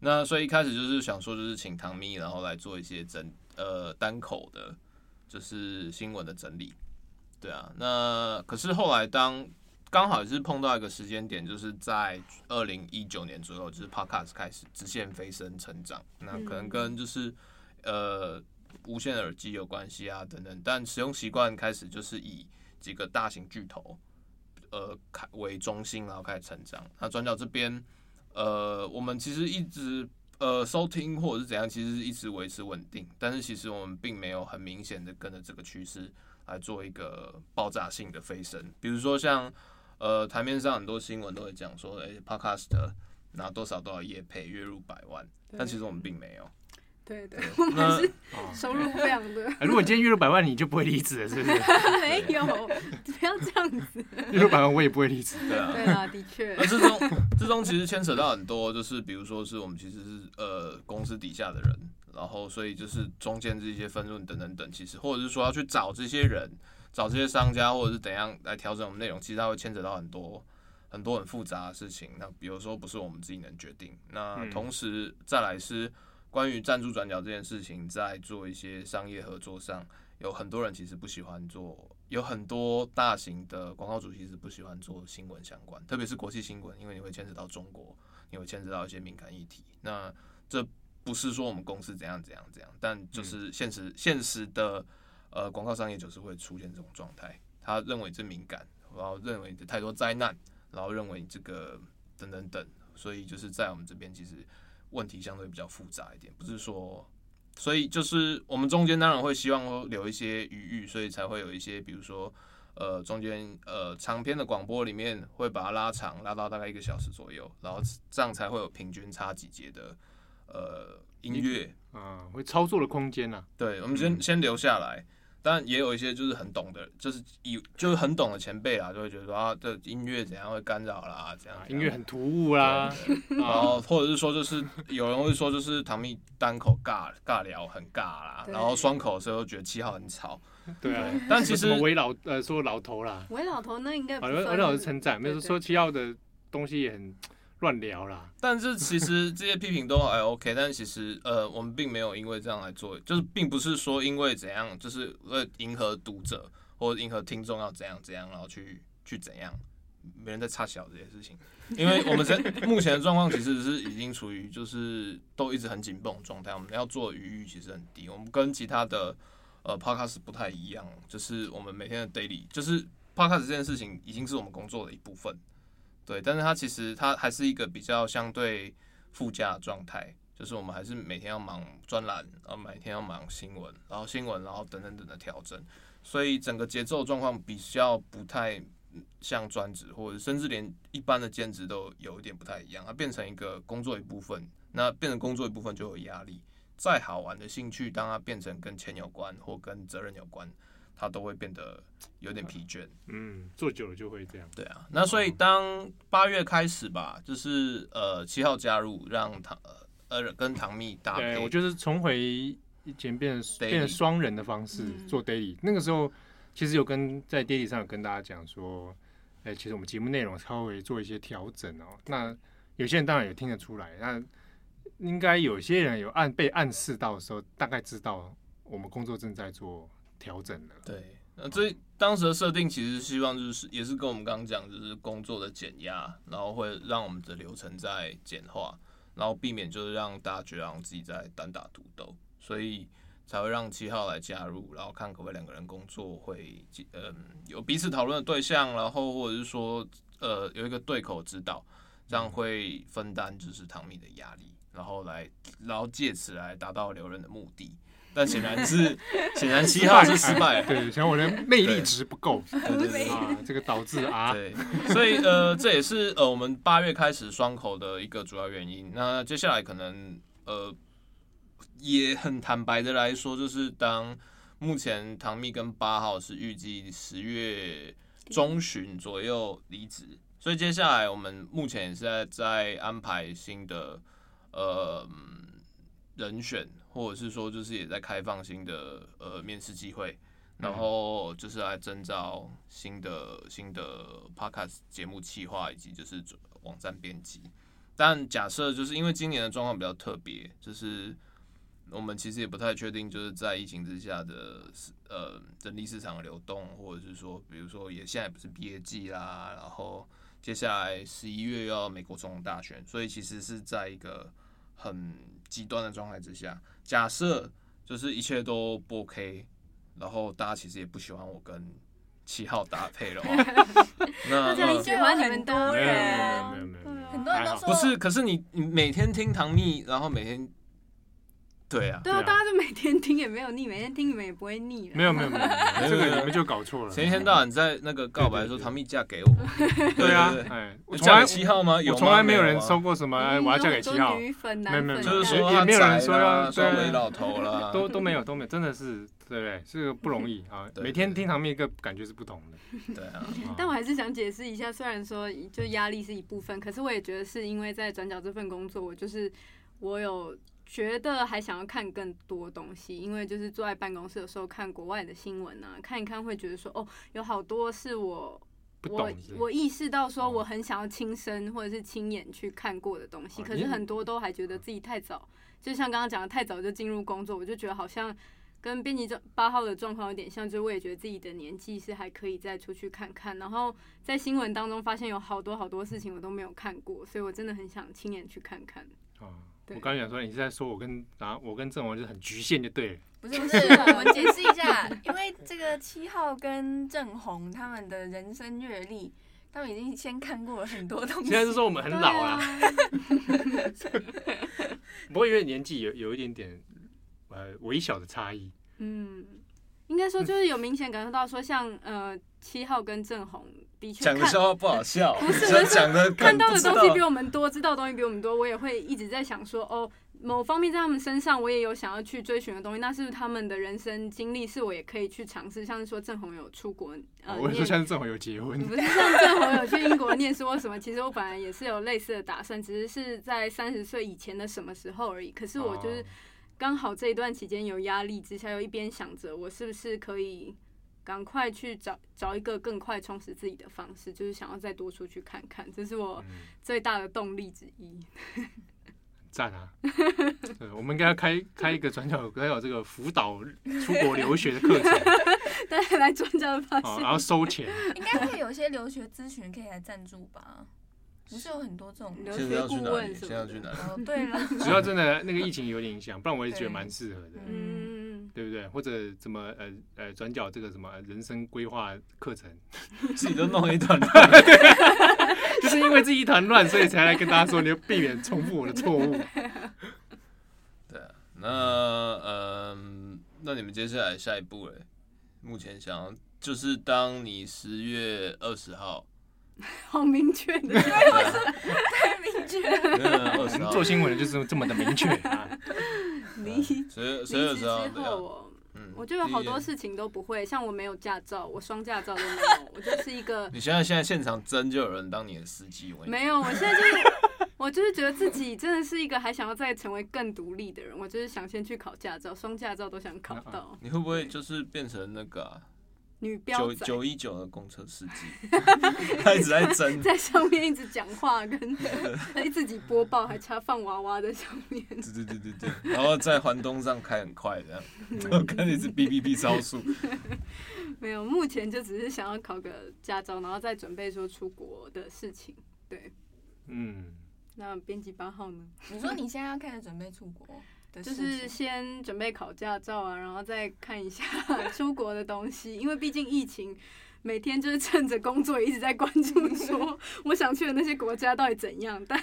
Speaker 2: 那所以一开始就是想说，就是请唐咪，然后来做一些整呃单口的，就是新闻的整理。对啊，那可是后来当刚好也是碰到一个时间点，就是在二零一九年左右，就是 Podcast 开始直线飞升成长，那可能跟就是呃无线耳机有关系啊等等，但使用习惯开始就是以几个大型巨头呃开为中心，然后开始成长。那转角这边呃，我们其实一直呃收听或者是怎样，其实一直维持稳定，但是其实我们并没有很明显的跟着这个趋势来做一个爆炸性的飞升。比如说像呃台面上很多新闻都会讲说，哎、p o d c a s t 拿多少多少业配月入百万，但其实我们并没有。
Speaker 1: 对对，我们还是
Speaker 3: 哦
Speaker 1: 收入非常的
Speaker 3: 哎如果你今天月入百万，你就不会离职了，是不是？
Speaker 1: 没有，不要这样子。
Speaker 3: 月入百万我也不会离职。
Speaker 2: 对啊，
Speaker 1: 对啦，的确
Speaker 2: 那，这中 这中其实牵扯到很多，就是比如说是我们其实是呃公司底下的人，然后所以就是中间这些分润等等等，其实或者是说要去找这些人，找这些商家或者是怎样来调整我们内容，其实它会牵扯到很多很多很复杂的事情。那有时候不是我们自己能决定。那
Speaker 3: 嗯
Speaker 2: 同时再来是关于赞助转角这件事情，在做一些商业合作上，有很多人其实不喜欢做，有很多大型的广告主其实不喜欢做新闻相关，特别是国际新闻，因为你会牵扯到中国，你会牵扯到一些敏感议题。那这不是说我们公司怎样怎样怎样，但就是现实、现实的呃广告商业就是会出现这种状态，他认为这敏感，然后认为你太多灾难，然后认为你这个等等等，所以就是在我们这边其实问题相对比较复杂一点，不是说。所以就是我们中间当然会希望留一些余裕，所以才会有一些，比如说，呃，中间呃长篇的广播里面会把它拉长，拉到大概一个小时左右，然后这样才会有平均差几节的呃音乐。
Speaker 3: 啊，会操作的空间呐、
Speaker 2: 对，我们先先留下来，但也有一些就是很懂的，就是以就是很懂的前辈啦，就会觉得说啊，这音乐怎样会干扰啦，怎样
Speaker 3: 啊，
Speaker 2: 怎
Speaker 3: 音
Speaker 2: 样
Speaker 3: 乐很突兀啦，
Speaker 2: 然后或者是说，就是有人会说，就是唐蜜单口尬尬聊很尬啦，
Speaker 1: 对
Speaker 2: 然后双口的时候又觉得七号很吵，
Speaker 3: 对啊，
Speaker 2: 但其
Speaker 3: 什么
Speaker 2: 实
Speaker 3: 围老呃说老头啦，
Speaker 1: 韦老头那应该不
Speaker 3: 啊，
Speaker 1: 算
Speaker 3: 我老是称赞，没
Speaker 1: 对
Speaker 3: 有说七号的东西也很乱聊啦，
Speaker 2: 但是其实这些批评都还 OK，但其实呃，我们并没有因为这样来做，就是并不是说因为怎样，就是为了迎合读者或者迎合听众要怎样怎样，然后去去怎样，没人在插小这些事情，因为我们在目前的状况其实是已经处于就是都一直很紧绷的状态，我们要做的余裕其实很低，我们跟其他的呃 podcast 不太一样，就是我们每天的 daily 就是 podcast 这件事情已经是我们工作的一部分。对，但是它其实它还是一个比较相对附加的状态，就是我们还是每天要忙专栏，然后每天要忙新闻，然后新闻，然后等等等的调整，所以整个节奏状况比较不太像专职，或者甚至连一般的兼职都有一点不太一样，它变成一个工作一部分，那变成工作一部分就有压力。再好玩的兴趣，当它变成跟钱有关或跟责任有关，它都会变得有点疲倦。
Speaker 3: 嗯，做久了就会这样，
Speaker 2: 对啊，那
Speaker 3: 嗯
Speaker 2: 所以当八月开始吧，就是呃七号加入，让唐呃呃跟唐蜜搭
Speaker 3: 对，
Speaker 2: 配，
Speaker 3: 我就是重回以前变成
Speaker 2: Daily
Speaker 3: 变成双人的方式
Speaker 1: 嗯
Speaker 3: 做 daily，那个时候其实有跟在 daily 上有跟大家讲说，哎，其实我们节目内容稍微做一些调整哦，那有些人当然也听得出来，那应该有些人有暗被暗示到的时候，大概知道我们工作正在做调整了。
Speaker 2: 对，那这当时的设定其实希望就是也是跟我们刚刚讲，就是工作的减压，然后会让我们的流程在简化，然后避免就是让大家觉得好像自己在单打独斗，所以才会让七号来加入，然后看可不可以两个人工作会嗯有彼此讨论的对象，然后或者是说呃有一个对口指导，这样会分担就是唐米的压力，然后来然后借此来达到留人的目的。但显然是，显然七号是失败了，
Speaker 3: 对，想我的魅力值不够
Speaker 2: 对对对
Speaker 3: 啊，这个导致啊，
Speaker 2: 对，所以呃，这也是呃我们八月开始双口的一个主要原因。那接下来可能呃，也很坦白的来说，就是当目前唐蜜跟八号是预计十月中旬左右离职，所以接下来我们目前也是在在安排新的呃嗯人选，或者是说就是也在开放新的呃面试机会。然后就是来征召新的新的 podcast 节目企划以及就是网站编辑。但假设就是因为今年的状况比较特别，就是我们其实也不太确定，就是在疫情之下的市呃人力市场的流动，或者是说，比如说也现在不是毕业季啦，然后接下来十一月又要美国总统大选，所以其实是在一个很极端的状态之下。假设就是一切都不 OK，然后大家其实也不喜欢我跟七号搭配的话，
Speaker 1: 大
Speaker 2: 那
Speaker 1: 家
Speaker 2: 呃
Speaker 1: 喜欢你们
Speaker 4: 没有
Speaker 1: 多
Speaker 4: 没有没有
Speaker 1: 人，
Speaker 3: 没有没有没有，
Speaker 4: 很多人
Speaker 3: 还
Speaker 4: 都
Speaker 3: 好
Speaker 4: 说
Speaker 2: 不是，可是你你每天听唐蜜，然后每天，对啊，
Speaker 1: 对啊，
Speaker 3: 对啊
Speaker 1: 大家就每天听也没有腻，每天听你们也不会腻啦
Speaker 3: 没有没有没有，没有这个你们就搞错了。
Speaker 2: 前一天到晚在那个告白
Speaker 3: 啊对对
Speaker 2: 说
Speaker 3: 对
Speaker 2: 唐蜜嫁给 我，
Speaker 3: 对啊
Speaker 2: 对，对
Speaker 3: 哎，我
Speaker 2: 对
Speaker 3: 从
Speaker 2: 嫁
Speaker 3: 来
Speaker 2: 给七号吗？有
Speaker 3: 我
Speaker 2: 吗
Speaker 3: 从来没有
Speaker 2: 有
Speaker 3: 人
Speaker 2: 啊
Speaker 3: 收过什么，哎我要嫁给七
Speaker 1: 嗯有
Speaker 3: 号
Speaker 1: 很多，女粉
Speaker 3: 没有
Speaker 1: 男
Speaker 3: 没有
Speaker 1: 粉，
Speaker 2: 就是说
Speaker 3: 也
Speaker 2: 他
Speaker 3: 也没有人
Speaker 2: 宅啦
Speaker 3: 说要
Speaker 2: 说
Speaker 3: 对
Speaker 2: 韦老头啊啦，
Speaker 3: 都都没有都没有，真的是对不对？这个不容易啊，
Speaker 2: 对
Speaker 3: 每天听堂面一个感觉是不同的。
Speaker 2: 对 啊，
Speaker 3: 啊
Speaker 1: 但我还是想解释一下，虽然说就压力是一部分，可是我也觉得是因为在转角这份工作，我就是我有觉得还想要看更多东西，因为就是坐在办公室的时候看国外的新闻啊，看一看会觉得说哦，有好多是我。
Speaker 3: 不懂
Speaker 1: 我
Speaker 3: 是
Speaker 1: 我意识到说
Speaker 3: 哦
Speaker 1: 我很想要亲身或者是亲眼去看过的东西，
Speaker 3: 哦嗯
Speaker 1: 可
Speaker 3: 你
Speaker 1: 是很多都还觉得自己太早，就像刚刚讲的太早就进入工作，我就觉得好像跟编辑这八号的状况有点像，就是我也觉得自己的年纪是还可以再出去看看，然后在新闻当中发现有好多好多事情我都没有看过，所以我真的很想亲眼去看看。
Speaker 3: 啊，
Speaker 1: 对
Speaker 3: 我刚才想说，你是在说我跟啊，我跟郑王就是很局限就对了。
Speaker 4: 不是不是，我们解释一下，因为这个七号跟郑红他们的人生阅历，他们已经先看过了很多东西。
Speaker 3: 现在是说我们很老啊，
Speaker 1: 对啊，
Speaker 3: 不过因为年纪有有一点点呃微小的差异。
Speaker 1: 嗯，应该说就是有明显感受到说像呃七号跟郑红的确
Speaker 2: 讲的
Speaker 1: 看
Speaker 2: 笑话不好笑，
Speaker 1: 不是
Speaker 2: 想讲的
Speaker 1: 看
Speaker 2: 梗
Speaker 1: 到
Speaker 2: 不
Speaker 1: 的
Speaker 2: 知道
Speaker 1: 东西比我们多，知道的东西比我们多，我也会一直在想说，哦，某方面在他们身上，我也有想要去追寻的东西，那是不是他们的人生经历，是我也可以去尝试，像是说郑红有出国，呃，
Speaker 2: 哦
Speaker 3: 我会说
Speaker 1: 念
Speaker 3: 像是郑王有结婚，
Speaker 1: 不是 像郑红有去英国念书或什么，其实我本来也是有类似的打算，只是是在三十岁以前的什么时候而已。可是我就是
Speaker 3: 哦
Speaker 1: 刚好这一段期间有压力之下，又一边想着我是不是可以赶快去找找一个更快充实自己的方式，就是想要再多出去看看，这是我
Speaker 3: 嗯
Speaker 1: 最大的动力之一。
Speaker 3: 赞啊！ 对，我们应该要开开一个转角，还有这个辅导出国留学的 课程
Speaker 1: 但是来专家的发
Speaker 3: 哦，
Speaker 1: 现，
Speaker 2: 啊
Speaker 3: 然后收钱。
Speaker 4: 应该会有些留学咨询可以来赞助吧？不是有很多这种
Speaker 1: 留
Speaker 2: 现在
Speaker 1: 学
Speaker 2: 要
Speaker 1: 顾
Speaker 2: 去哪里？
Speaker 1: 问什么
Speaker 2: 现在要去哪
Speaker 1: 的，
Speaker 2: 里？
Speaker 4: 哦，对了，
Speaker 3: 主要真的那个疫情有点影响， 不然我也觉得蛮适合的，
Speaker 4: 对
Speaker 1: 嗯，
Speaker 3: 对不对？或者怎么呃呃转角这个什么呃人生规划课程，
Speaker 2: 自己都弄一团，
Speaker 3: 就是因为自己一团乱，所以才来跟大家说你要避免重复我的错误。
Speaker 2: 对啊，那嗯，那你们接下来下一步嘞？目前想要就是当你十月二十 号，
Speaker 1: 好明确的，
Speaker 4: 太明确 了。
Speaker 2: 二十号，
Speaker 3: 做新闻的就是这么的明确啊！
Speaker 1: 离职
Speaker 2: 十月啊十
Speaker 1: 之
Speaker 2: 月二十号，对啊
Speaker 1: 后哦。
Speaker 2: 嗯
Speaker 1: 我就有好多。
Speaker 2: 第一
Speaker 1: 事情都不会，像我没有驾照，我双驾照都没 有，我就是一个
Speaker 2: 你现在现在现场真就有人当你的司机，我跟你
Speaker 1: 没有。我现在就是，我就是觉得自己真的是一个还想要再成为更独立的人，我就是想先去考驾照，双驾照都想考到。
Speaker 2: 你会不会就是变成那个啊
Speaker 1: 女标
Speaker 2: 九
Speaker 1: 仔
Speaker 2: 九一九的公车司机？ 他一直在 争，
Speaker 1: 在上面一直讲话，跟 一自己播报，还插放娃娃在上面。
Speaker 2: 对对对对对，然后在环东上开很 快这样，我看你是 B B B 超速，
Speaker 1: 没有，目前就只是想要考个驾照，然后再准备说出国的事情。
Speaker 3: 嗯，
Speaker 1: 那编辑八号呢？
Speaker 4: 你说你现在要开始准备出国的
Speaker 1: 就
Speaker 4: 事
Speaker 1: 是
Speaker 4: 情，
Speaker 1: 先准备考驾照啊，然后再看一下 出国的东西，因为毕竟疫情，每天就是趁着工作一直在关注说 我想去的那些国家到底怎样。但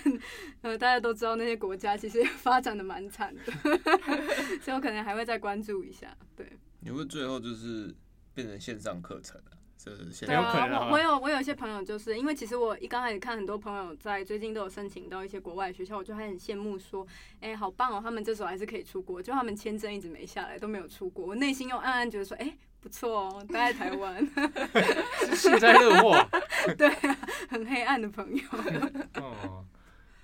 Speaker 1: 呃，大家都知道那些国家其实也发展的蛮惨的， 所以我可能还会再关注一下。对，
Speaker 2: 你会最后就是变成线上课程啊？这线
Speaker 1: 对
Speaker 3: 有可
Speaker 1: 啊，
Speaker 3: 能啊
Speaker 1: 我我有我有一些朋友就是因为其实我一刚开始看很多朋友在最近都有申请到一些国外学校，我就还很羡慕说，哎、好棒哦，他们这时候还是可以出国，就他们签证一直没下来都没有出国，我内心又暗暗觉得说，哎、不错哦，待在台湾，
Speaker 3: 幸灾乐祸 啊。
Speaker 1: 对啊，很黑暗的朋友，
Speaker 3: 哦，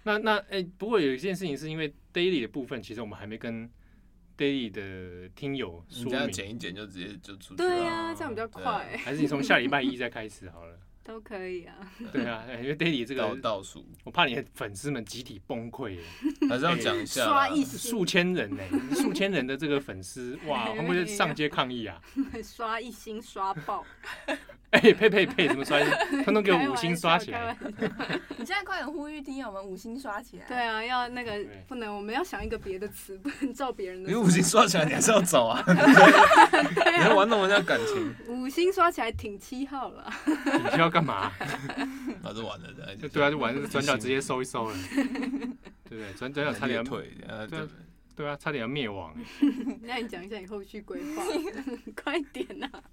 Speaker 3: 那那哎、不过有一件事情是因为 daily 的部分，其实我们还没跟 daily 的听友
Speaker 2: 你
Speaker 3: 说
Speaker 2: 这样
Speaker 3: 明，
Speaker 2: 剪一剪就直接就出去
Speaker 1: 对
Speaker 2: 了。
Speaker 1: 啊，这样比较快，
Speaker 3: 还是你从下礼拜一再开始好了。
Speaker 1: 都可以啊，
Speaker 3: 对啊，哎因为 daily 这
Speaker 2: 倒
Speaker 3: 个，
Speaker 2: 倒数
Speaker 3: 我怕你的粉丝们集体崩溃耶，
Speaker 2: 还
Speaker 3: 哎
Speaker 2: 是要讲一下啦
Speaker 1: 刷，一
Speaker 3: 数
Speaker 1: 星，
Speaker 3: 千人呢，数千人的这个粉丝，哇，
Speaker 1: 哎
Speaker 3: 会不会上街抗议啊？
Speaker 1: 刷一星刷 爆，
Speaker 3: 哎、呸呸呸，怎么刷？通通给
Speaker 1: 开
Speaker 3: 我五
Speaker 1: 玩
Speaker 3: 星刷
Speaker 1: 笑
Speaker 3: 起
Speaker 1: 开
Speaker 3: 来
Speaker 1: 玩。
Speaker 4: 你现在快点呼吁听友们五星刷起来。
Speaker 1: 对，啊，要那个
Speaker 3: 对哎
Speaker 1: 不能，我们要想一个别的词，不能照别人的啊
Speaker 2: 你
Speaker 1: 说法。
Speaker 2: 五星刷起来，你还是要走啊！你还玩弄人家感情，
Speaker 1: 五星刷起来挺七号了，
Speaker 3: 你知道 干嘛？
Speaker 2: 那就完了，这样
Speaker 3: 就对啊，就玩转角直接收一收 了，对不对？转转角差
Speaker 2: 差
Speaker 3: 点
Speaker 2: 点
Speaker 3: 要，
Speaker 2: 退，呃
Speaker 3: 对啊对啊，差点要灭亡 耶。
Speaker 1: 那你讲一下你后续规划， 快点呐、啊！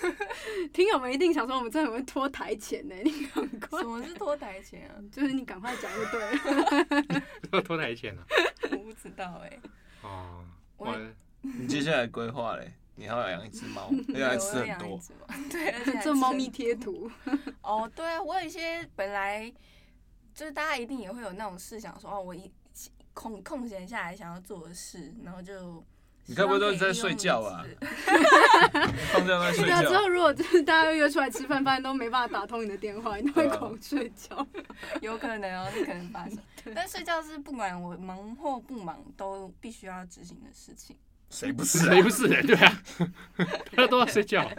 Speaker 1: 听友们一定想说我们真的很会拖台前呢、 你赶快
Speaker 4: 什，么是脱台前啊？
Speaker 1: 就是你赶快讲就对了。
Speaker 3: 脱台前啊。
Speaker 4: 我不知道哎、
Speaker 3: 哦，
Speaker 4: 我
Speaker 3: 哇，
Speaker 2: 你接下来规划嘞？你还要养一只猫， 而且还啊吃很
Speaker 4: 有
Speaker 2: 多
Speaker 4: 养一。只 猫对，而且还 吃
Speaker 1: 做
Speaker 4: 很
Speaker 1: 猫咪贴 图，
Speaker 4: 哦，对啊，我有一些本来就是大家一定也会有那种事，想说哦，我一空空闲下来想要做的事，然后就
Speaker 2: 你
Speaker 4: 希
Speaker 2: 该不会
Speaker 4: 望
Speaker 2: 都
Speaker 4: 可以
Speaker 2: 是在
Speaker 4: 利用
Speaker 2: 睡
Speaker 4: 你
Speaker 2: 觉
Speaker 4: 自
Speaker 2: 吧
Speaker 4: 己
Speaker 2: 放假在睡
Speaker 1: 对啊，之
Speaker 2: 觉
Speaker 1: 后，如果就是大家又约出来吃饭，发现都没办法打通你的电话，你都会
Speaker 3: 啊
Speaker 1: 狂睡觉。
Speaker 4: 有可能哦，这可能 发生。但睡觉是不管我忙或不忙都必须要执行的事情。
Speaker 2: 谁不是、啊？
Speaker 3: 谁不是、欸？对啊， 大家都要睡觉。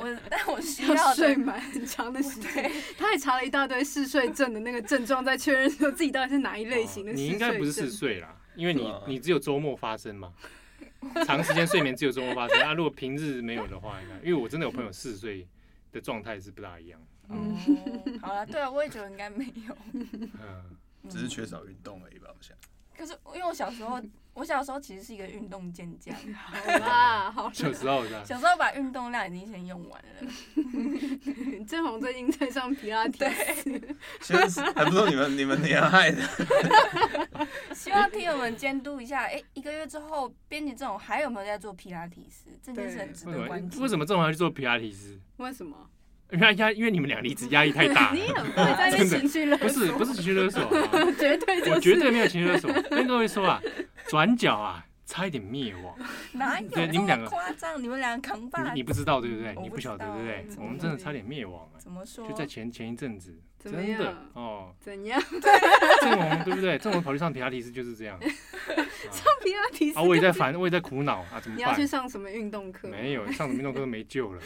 Speaker 4: 我但我需
Speaker 1: 要
Speaker 4: 要
Speaker 1: 睡
Speaker 4: 的，
Speaker 1: 满很长的 时间。他还查了一大堆嗜睡症的那个症状，在确认说自己到底是哪一 类型的
Speaker 3: 哦
Speaker 1: 嗜睡症。
Speaker 3: 你应该不是嗜睡啦，因为你
Speaker 2: 对啊
Speaker 3: 你只有周末发生嘛，长时间睡眠只有周末发生。啊，如果平日没有的话，应该因为我真的有朋友嗜睡的状态是不大一样。
Speaker 1: 嗯
Speaker 4: 哦，好了，对啊，我也觉得应该没 有。
Speaker 3: 嗯，
Speaker 2: 只是缺少运动而已吧，我想。
Speaker 4: 嗯可是因为我小 时候，我小时候其实是一个运动健 将，
Speaker 1: 好啦，好
Speaker 3: 小
Speaker 1: 啦。
Speaker 3: 时候的
Speaker 4: 小时候把运动量已经先用完 了。
Speaker 1: 郑红最近在上皮拉提斯，
Speaker 2: 先还不是你们你们年害的，
Speaker 4: 希望听友们监督一下，哎、一个月之后，编辑这种还有没有在做皮拉提斯？这件事很值
Speaker 3: 为
Speaker 4: 得
Speaker 3: 什么
Speaker 4: 关注。
Speaker 3: 为什么这种要去做皮拉提斯？
Speaker 1: 为什么？。
Speaker 3: 因为压，因 为你们俩离职压力太 大
Speaker 1: 你很会在那边情绪勒索，
Speaker 3: 不是不是情绪勒索、啊，
Speaker 1: 绝对就是
Speaker 3: 我绝对没有情绪勒索。跟各位说啊，转角啊，差一点灭亡。
Speaker 4: 哪有
Speaker 3: 对你
Speaker 4: 这
Speaker 3: 们两个
Speaker 4: 么夸张？你们两个扛把
Speaker 3: 你你不知道对不对？
Speaker 4: 我
Speaker 3: 你
Speaker 4: 不
Speaker 3: 不晓得
Speaker 4: 知道
Speaker 3: 对不对
Speaker 4: 怎？
Speaker 1: 哎么
Speaker 3: 我们真的差点灭亡哎、
Speaker 4: 怎么说？
Speaker 3: 就在前前一阵子，
Speaker 1: 怎么
Speaker 3: 真的
Speaker 1: 样
Speaker 3: 哦，
Speaker 1: 怎样？
Speaker 3: 郑红对不对？郑红跑去上皮拉提斯就是这样。啊
Speaker 1: 皮拉提斯
Speaker 3: 啊，，我也在烦，我也在苦恼啊，怎么
Speaker 1: 你要去
Speaker 3: 办？
Speaker 1: 上什么运动课？
Speaker 3: 没有上什么运动课都没救了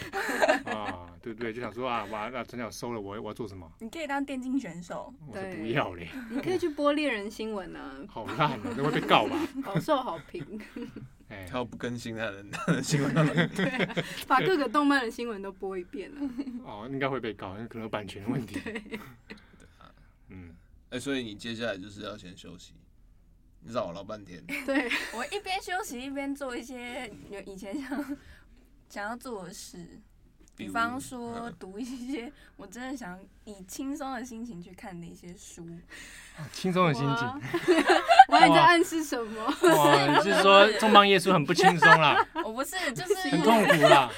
Speaker 3: 啊，对不对？就想说啊，哇，那真的要收了，我我要做什么？
Speaker 4: 你可以当电竞选手，
Speaker 3: 我说
Speaker 1: 对
Speaker 3: 不要嘞，
Speaker 1: 你可以去播猎人新闻 啊，
Speaker 3: 好烂啊，那会被告吧？
Speaker 1: 饱受好评，
Speaker 3: 哎，
Speaker 2: 他要不更新他的他的新闻上 面，
Speaker 1: 把各个动漫的新闻都播一遍 啊。
Speaker 3: 哦，应该会被告，因为可能有版权问题。嗯，
Speaker 2: 哎、所以你接下来就是要先休息，你让我唠半天。
Speaker 1: 对，
Speaker 4: 我一边休息一边做一些有以前想想要做的事，比
Speaker 2: 如
Speaker 4: 方说
Speaker 2: 嗯
Speaker 4: 读一些我真的想以轻松的心情去看的一些书。
Speaker 3: 轻松的心情。
Speaker 1: 哇。 哇，你在暗示什么？
Speaker 3: 哇，你是说重磅耶稣很不轻松啦，
Speaker 4: 我不是，就是
Speaker 3: 很痛苦啦？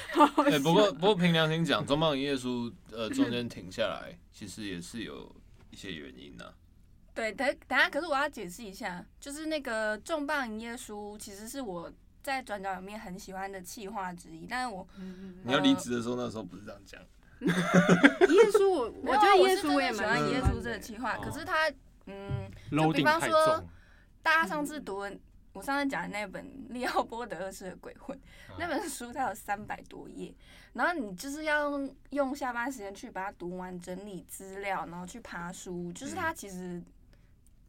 Speaker 2: 哎、不过不过凭良心讲，中棒营业书呃中间停下来，其实也是有一些原因啊呐、
Speaker 4: 对，等等下，可是我要解释一下，就是那个重磅营业书，其实是我在转角里面很喜欢的企划之一，但是我
Speaker 2: 你要离职的时候，那时候不是这样讲，
Speaker 1: 耶稣，我我
Speaker 4: 没有
Speaker 1: 觉
Speaker 4: 啊
Speaker 1: 得耶
Speaker 4: 是真
Speaker 1: 稣我也
Speaker 4: 的
Speaker 1: 蛮
Speaker 4: 喜欢
Speaker 1: 喜
Speaker 4: 耶
Speaker 1: 欢
Speaker 4: 稣这
Speaker 1: 的
Speaker 4: 个企划，可
Speaker 3: 哦
Speaker 4: 是它嗯，
Speaker 3: 楼顶
Speaker 4: 比方
Speaker 3: 太
Speaker 4: 说
Speaker 3: 重，
Speaker 4: 大家上次读的，我上次讲的那本利奥波德二世的鬼魂
Speaker 3: 啊，
Speaker 4: 那本书它有三百多页，然后你就是要用用下班时间去把它读完，整理资料，然后去爬书，就是它其实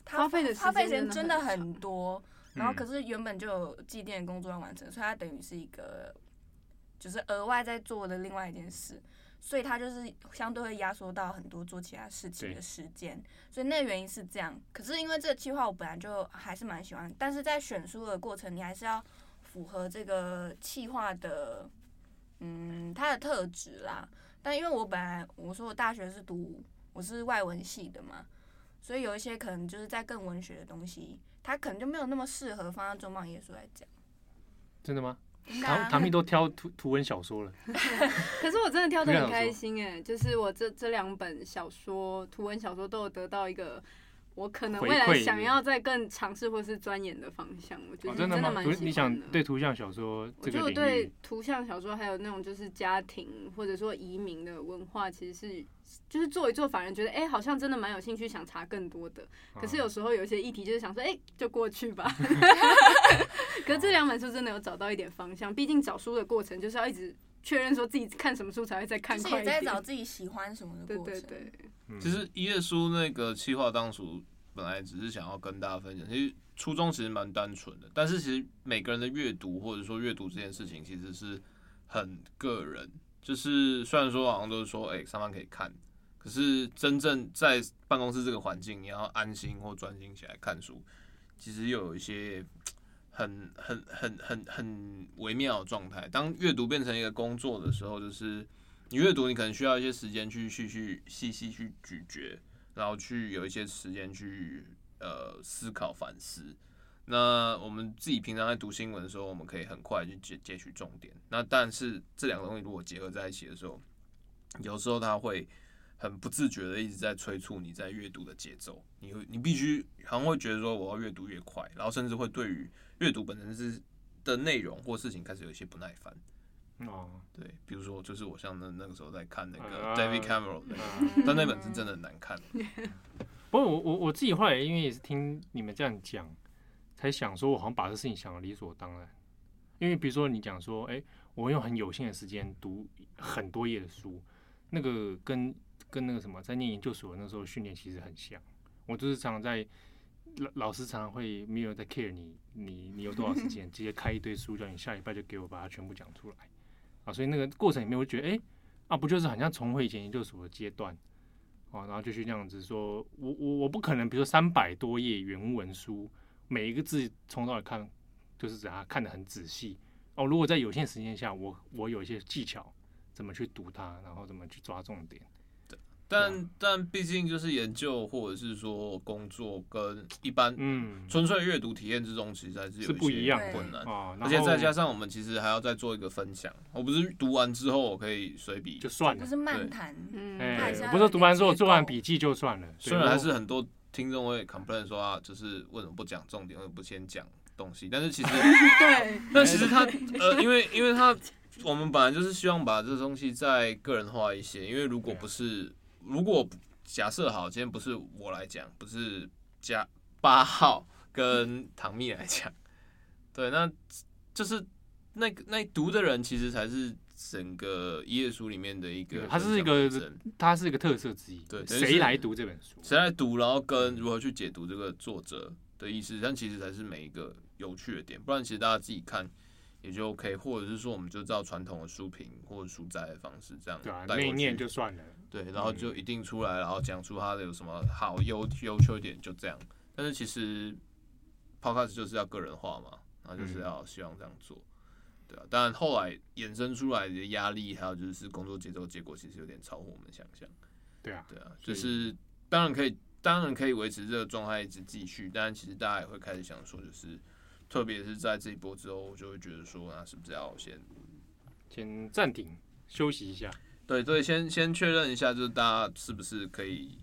Speaker 4: 它
Speaker 1: 花费的时间
Speaker 4: 花费时
Speaker 1: 真
Speaker 4: 间
Speaker 1: 的
Speaker 4: 真的
Speaker 1: 很
Speaker 4: 很多，然后
Speaker 3: 嗯
Speaker 4: 可是原本就有祭奠的工作要完成，所以它等于是一个就是额外在做的另外一件事。所以它就是相对会压缩到很多做其他事情
Speaker 3: 对
Speaker 4: 的时间，所以那个原因是这样。可是因为这个计划我本来就还是蛮喜欢，但是在选书的过程，你还是要符合这个企划的，嗯，它的特质啦。但因为我本来我说我大学是读我是外文系的嘛，所以有一些可能就是在更文学的东西，它可能就没有那么适合放在重磅耶稣来讲。
Speaker 3: 真的吗？
Speaker 4: 真的
Speaker 3: 唐
Speaker 4: 啊
Speaker 3: 唐蜜都挑图图文小说了，
Speaker 1: 可是我真的挑的很开心哎、就是我这这两本小说、图文小说都有得到一个我可能未来
Speaker 3: 回馈
Speaker 1: 想要再更尝试或是钻研的方向，我觉
Speaker 3: 哦
Speaker 1: 得
Speaker 3: 真
Speaker 1: 的
Speaker 3: 吗？
Speaker 1: 蛮
Speaker 3: 图
Speaker 1: 喜欢
Speaker 3: 你想对图像小说
Speaker 1: 我
Speaker 3: 这
Speaker 1: 觉得
Speaker 3: 个
Speaker 1: 我
Speaker 3: 领
Speaker 1: 对
Speaker 3: 域，
Speaker 1: 图像小说还有那种就是家庭或者说移民的文化，其实是就是做一做，反而觉得哎、好像真的蛮有兴趣，想查更多的。可
Speaker 3: 嗯啊
Speaker 1: 是有时候有一些议题就是想说，哎、就过去 吧。 可是这两本书真的有找到一点方向，毕竟找书的过程就是要一直确认说自己看什么书才会再看
Speaker 4: 就是
Speaker 1: 快
Speaker 4: 也
Speaker 1: 一
Speaker 4: 在
Speaker 1: 点。
Speaker 4: 找自己喜欢什么的
Speaker 1: 对
Speaker 4: 过程。
Speaker 1: 对对，
Speaker 3: 嗯
Speaker 2: 其实一页书那个企划当初本来只是想要跟大家分享，其实初衷其实蛮单纯的，但是其实每个人的阅读或者说阅读这件事情其实是很个人，就是虽然说好像都是说哎、上班可以看，可是真正在办公室这个环境，你要安心或专心起来看书，其实又有一些。很很很很很微妙的状态。当阅读变成一个工作的时候，就是你阅读，你可能需要一些时间去去去细细去咀嚼，然后去有一些时间去呃思考反思。那我们自己平常在读新闻的时候，我们可以很快去截截取重点。那但是这两个东西如果结合在一起的时候，有时候它会很不自觉的一直在催促你在阅读的节奏。你会你必须好像会觉得说我要越读越快，然后甚至会对于阅读本身是的内容或事情开始有一些不耐烦。
Speaker 1: 嗯
Speaker 3: 哦，
Speaker 2: 对，比如说就是我像那那个时候在看那个
Speaker 3: 啊
Speaker 2: David Cameron 那个，
Speaker 3: 嗯
Speaker 2: 但那本是真的很难看。
Speaker 3: 不过我我我自己后来哦因为也是听你们这样讲，才想说我好像把这事情想的理所当然，因为比如说你讲说，哎、我用很有限的时间读很多页的书，那个跟跟那个什么在念研究所那时候训练其实很像。我就是常常在老老师常常会没有在 care 你，你你有多少时间，直接开一堆书叫你下礼拜就给我把它全部讲出来啊，所以那个过程里面我就觉得，哎、啊，不就是很像重回以前研究所的阶段哦、然后就去这样子说，我我我不可能，比如说三百多页原文书，每一个字从头到尾看，就是只它看得很仔细哦。如果在有限时间下，我我有一些技巧，怎么去读它，然后怎么去抓重点，
Speaker 2: 但但毕竟就是研究或者是说工作跟一般
Speaker 3: 嗯，
Speaker 2: 纯粹阅读体验之中，其实还是有
Speaker 3: 是不
Speaker 2: 些
Speaker 3: 一样的
Speaker 2: 困难。
Speaker 3: 哦，
Speaker 2: 而且再加上我们其实还要再做一个分享，我不是读完之后我可以随笔
Speaker 3: 就，算
Speaker 4: 不
Speaker 3: 了。
Speaker 4: 是漫谈，
Speaker 1: 嗯，
Speaker 3: 哎、
Speaker 4: 还是要
Speaker 3: 我不是读完之后
Speaker 4: 有点结构
Speaker 3: 做完笔记就算了，对
Speaker 2: 虽然还是
Speaker 3: 我
Speaker 2: 很多听众会 complain 说啊，就是为什么不讲重点，为什么不先讲东西？但是其实，
Speaker 1: 对，
Speaker 2: 但其实他呃，因为因为他我们本来就是希望把这东西再个人化一些，因为如果不是如果假设好，今天不是我来讲，不是加八号跟唐蜜来讲，对，那就是那个那读的人其实才是整个一页书里面的一个，
Speaker 3: 对它是一个它是一个特色之一。
Speaker 2: 对等于
Speaker 3: 谁
Speaker 2: 是
Speaker 3: 来读这本书？
Speaker 2: 谁来读，然后跟如何去解读这个作者的意思，但其实才是每一个有趣的点，不然其实大家自己看也就 OK，或者是说我们就照传统的书评或者书摘的方式这样
Speaker 3: 对啊，
Speaker 2: 带过
Speaker 3: 那一念
Speaker 2: 去
Speaker 3: 就算了。
Speaker 2: 对，然后就一定出来，然后讲出他的有什么好优优缺点，就这样。但是其实 podcast 就是要个人化嘛，然后就是要希望这样做，对啊。当然后来衍生出来的压力，还有就是工作节奏，结果其实有点超乎我们想象。
Speaker 3: 对啊，
Speaker 2: 对啊，就
Speaker 3: 所以
Speaker 2: 是当然可以，当然可以维持这个状态一直继续，但其实大家也会开始想说，就是特别是在这一波之后，我就会觉得说，啊那是不是要先
Speaker 3: 先暂停休息一下。
Speaker 2: 对，所以先先确认一下，就是大家是不是可以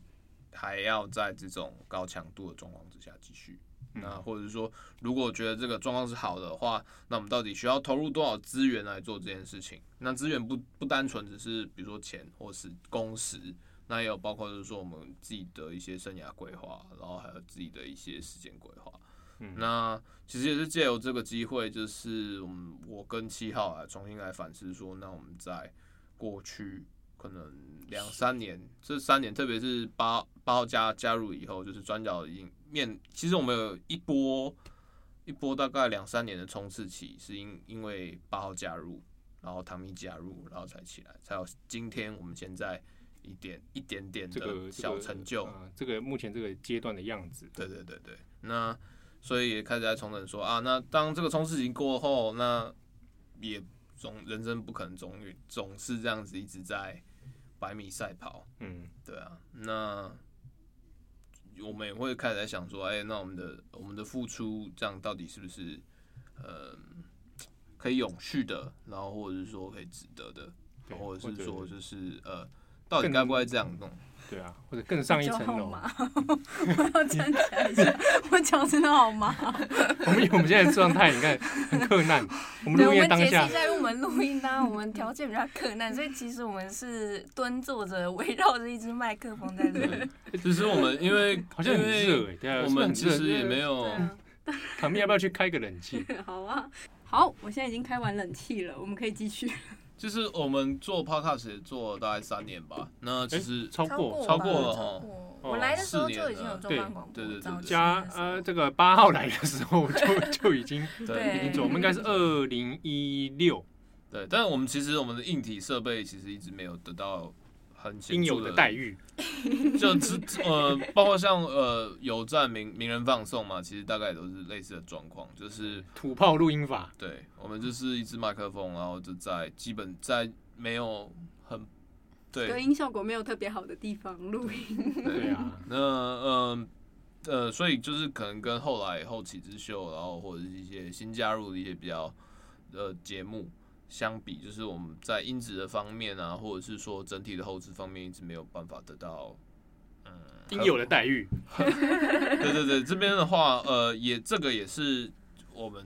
Speaker 2: 还要在这种高强度的状况之下继续。
Speaker 3: 嗯
Speaker 2: 那或者是说，如果觉得这个状况是好的话，那我们到底需要投入多少资源来做这件事情？那资源不不单纯只是比如说钱或是工时，那也有包括就是说我们自己的一些生涯规划，然后还有自己的一些时间规划。
Speaker 3: 嗯
Speaker 2: 那其实也是借由这个机会，就是我们我跟七号啊重新来反思说，那我们在过去可能两三年，这三年，特别是八八号加加入以后，就是转角已经面，其实我们有一波一波大概两三年的冲刺期，是因因为八号加入，然后唐明加入，然后才起来，才有今天我们现在一点一点点
Speaker 3: 这个
Speaker 2: 的小成就，
Speaker 3: 这个呃这个目前这个阶段的样子。
Speaker 2: 对对对对，那所以也开始在重整说啊，那当这个冲刺期过后，那也总人生不可能总总是这样子一直在百米赛跑，
Speaker 3: 嗯，
Speaker 2: 对啊，那我们也会开始在想说，哎、那我们的我们的付出这样到底是不是呃可以永续的，然后或者是说可以值得的，
Speaker 3: 对
Speaker 2: 或者哦是
Speaker 3: 或
Speaker 2: 说
Speaker 3: 者
Speaker 2: 就是呃，到底
Speaker 3: 更
Speaker 2: 该不该这样弄？
Speaker 3: 对啊，或者更上一
Speaker 1: 就
Speaker 3: 层
Speaker 1: 好
Speaker 3: 楼。
Speaker 1: 麻，我要站起来一下， 我脚真的好麻。
Speaker 3: 我们以我们现在的状态，你看很困难。我们
Speaker 4: 对，
Speaker 3: 录
Speaker 4: 我
Speaker 3: 音的
Speaker 4: 们
Speaker 3: 当
Speaker 4: 解释
Speaker 3: 下
Speaker 4: 一，下，因为我们录音当然我们条件比较 困难，所以其实我们是蹲坐着，围绕着一支麦克风在录。
Speaker 2: 其实我们因为
Speaker 3: 好像很
Speaker 2: 因为
Speaker 3: 热哎。对啊，
Speaker 2: 我
Speaker 3: 是不是
Speaker 2: 们
Speaker 3: 很
Speaker 2: 其
Speaker 3: 热
Speaker 2: 实也没有
Speaker 3: 哦
Speaker 4: 对啊，
Speaker 3: 卡蜜要不要去开个冷气？
Speaker 1: 好啊，好，我现在已经开完冷气了，我们可以继续。
Speaker 2: 就是我们做 podcast 也做了大概三年吧，那其实
Speaker 3: 超
Speaker 4: 超过
Speaker 3: 过
Speaker 2: 超
Speaker 4: 吧
Speaker 2: 过了
Speaker 4: 超
Speaker 2: 哈
Speaker 4: 过
Speaker 3: 哦
Speaker 4: 我来的时候
Speaker 2: 四年
Speaker 4: 就已经有
Speaker 2: 了
Speaker 4: 重磅广播，
Speaker 2: 对对对
Speaker 4: 早
Speaker 2: 对
Speaker 4: 期
Speaker 3: 加
Speaker 4: 的时候
Speaker 3: 呃，这个八号来的时候就就已经
Speaker 2: 对
Speaker 4: 对
Speaker 3: 已经做，我们应该是二零一六
Speaker 2: 对，但是我们其实我们的硬体设备其实一直没有得到很显
Speaker 3: 应
Speaker 2: 著
Speaker 3: 有的待遇。
Speaker 2: 就是呃，包括像呃有站名名人放送嘛，其实大概也都是类似的状况，就是
Speaker 3: 土炮录音法，
Speaker 2: 对我们就是一支麦克风，然后就在基本在没有很
Speaker 1: 隔
Speaker 2: 对
Speaker 1: 音效果没有特别好的地方录音，
Speaker 3: 对啊，
Speaker 2: 那嗯呃所以就是可能跟后来后起之秀，然后或者是一些新加入的一些比较呃节目相比，就是我们在音质的方面啊，或者是说整体的后置方面，一直没有办法得到。嗯，
Speaker 3: 应有的待遇。
Speaker 2: 对对对，这边的话，呃，也这个也是我们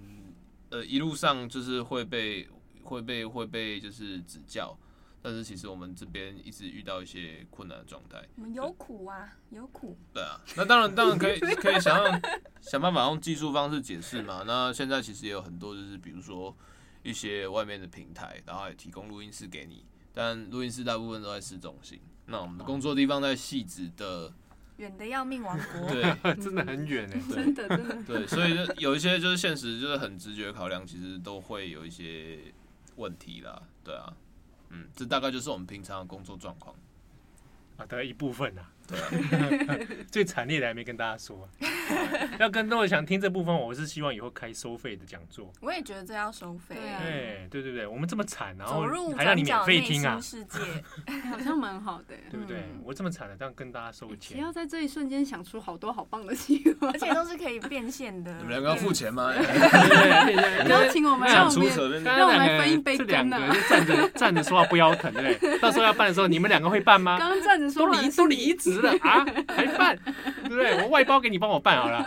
Speaker 2: 呃一路上就是会被会被会被就是指教，但是其实我们这边一直遇到一些困难的状态。
Speaker 4: 我们有苦啊，有苦。
Speaker 2: 对啊，那当然当然可以可 以想让想办法用技术方式解释嘛。那现在其实也有很多就是比如说一些外面的平台，然后也提供录音室给你。但录音室大部分都在市中心，那我们的工作地方在戏子的，
Speaker 4: 远的要命，王国。
Speaker 2: 对
Speaker 3: 真的很远哎、
Speaker 1: 真的真的，
Speaker 2: 对，所以就有一些就是现实，就是很直觉考量，其实都会有一些问题啦，对啊，嗯，这大概就是我们平常的工作状况，
Speaker 3: 啊，大概一部分啊。
Speaker 2: 对啊，
Speaker 3: 最惨烈的还没跟大家说、啊 要更多的想听这部分，我是希望以后开收费的讲座。
Speaker 4: 我也觉得这要收费。
Speaker 1: 对啊
Speaker 3: 哎，对对对，我们这么惨，然后
Speaker 4: 走入
Speaker 3: 还让
Speaker 4: 转
Speaker 3: 你免
Speaker 4: 角
Speaker 3: 费
Speaker 4: 内
Speaker 3: 听啊
Speaker 4: 心，世界，
Speaker 1: 好像蛮好的。
Speaker 3: 对不对
Speaker 4: 嗯？
Speaker 3: 我这么惨了，这样跟大家收
Speaker 1: 只
Speaker 3: 钱
Speaker 1: 要，在这一瞬间想出好多好棒的计划
Speaker 4: 而，且都是可以变现 的。
Speaker 2: 你们两个要付钱吗？
Speaker 1: 哎
Speaker 3: 哎
Speaker 1: 邀请我们，让
Speaker 2: 想
Speaker 1: 我
Speaker 2: 出
Speaker 1: 们
Speaker 2: 扯边
Speaker 1: 刚刚两个让我们分一杯
Speaker 3: 这两
Speaker 1: 羹啊
Speaker 3: 个就站着站着说话不腰疼，对不对？到时候要办的时候，你们两个会办吗？
Speaker 1: 刚刚站着说
Speaker 3: 都
Speaker 1: 话
Speaker 3: 离
Speaker 1: 的
Speaker 3: 都
Speaker 1: 是
Speaker 3: 离
Speaker 1: 你，
Speaker 3: 职了啊，还办？对不对？我外包给你帮我办好了，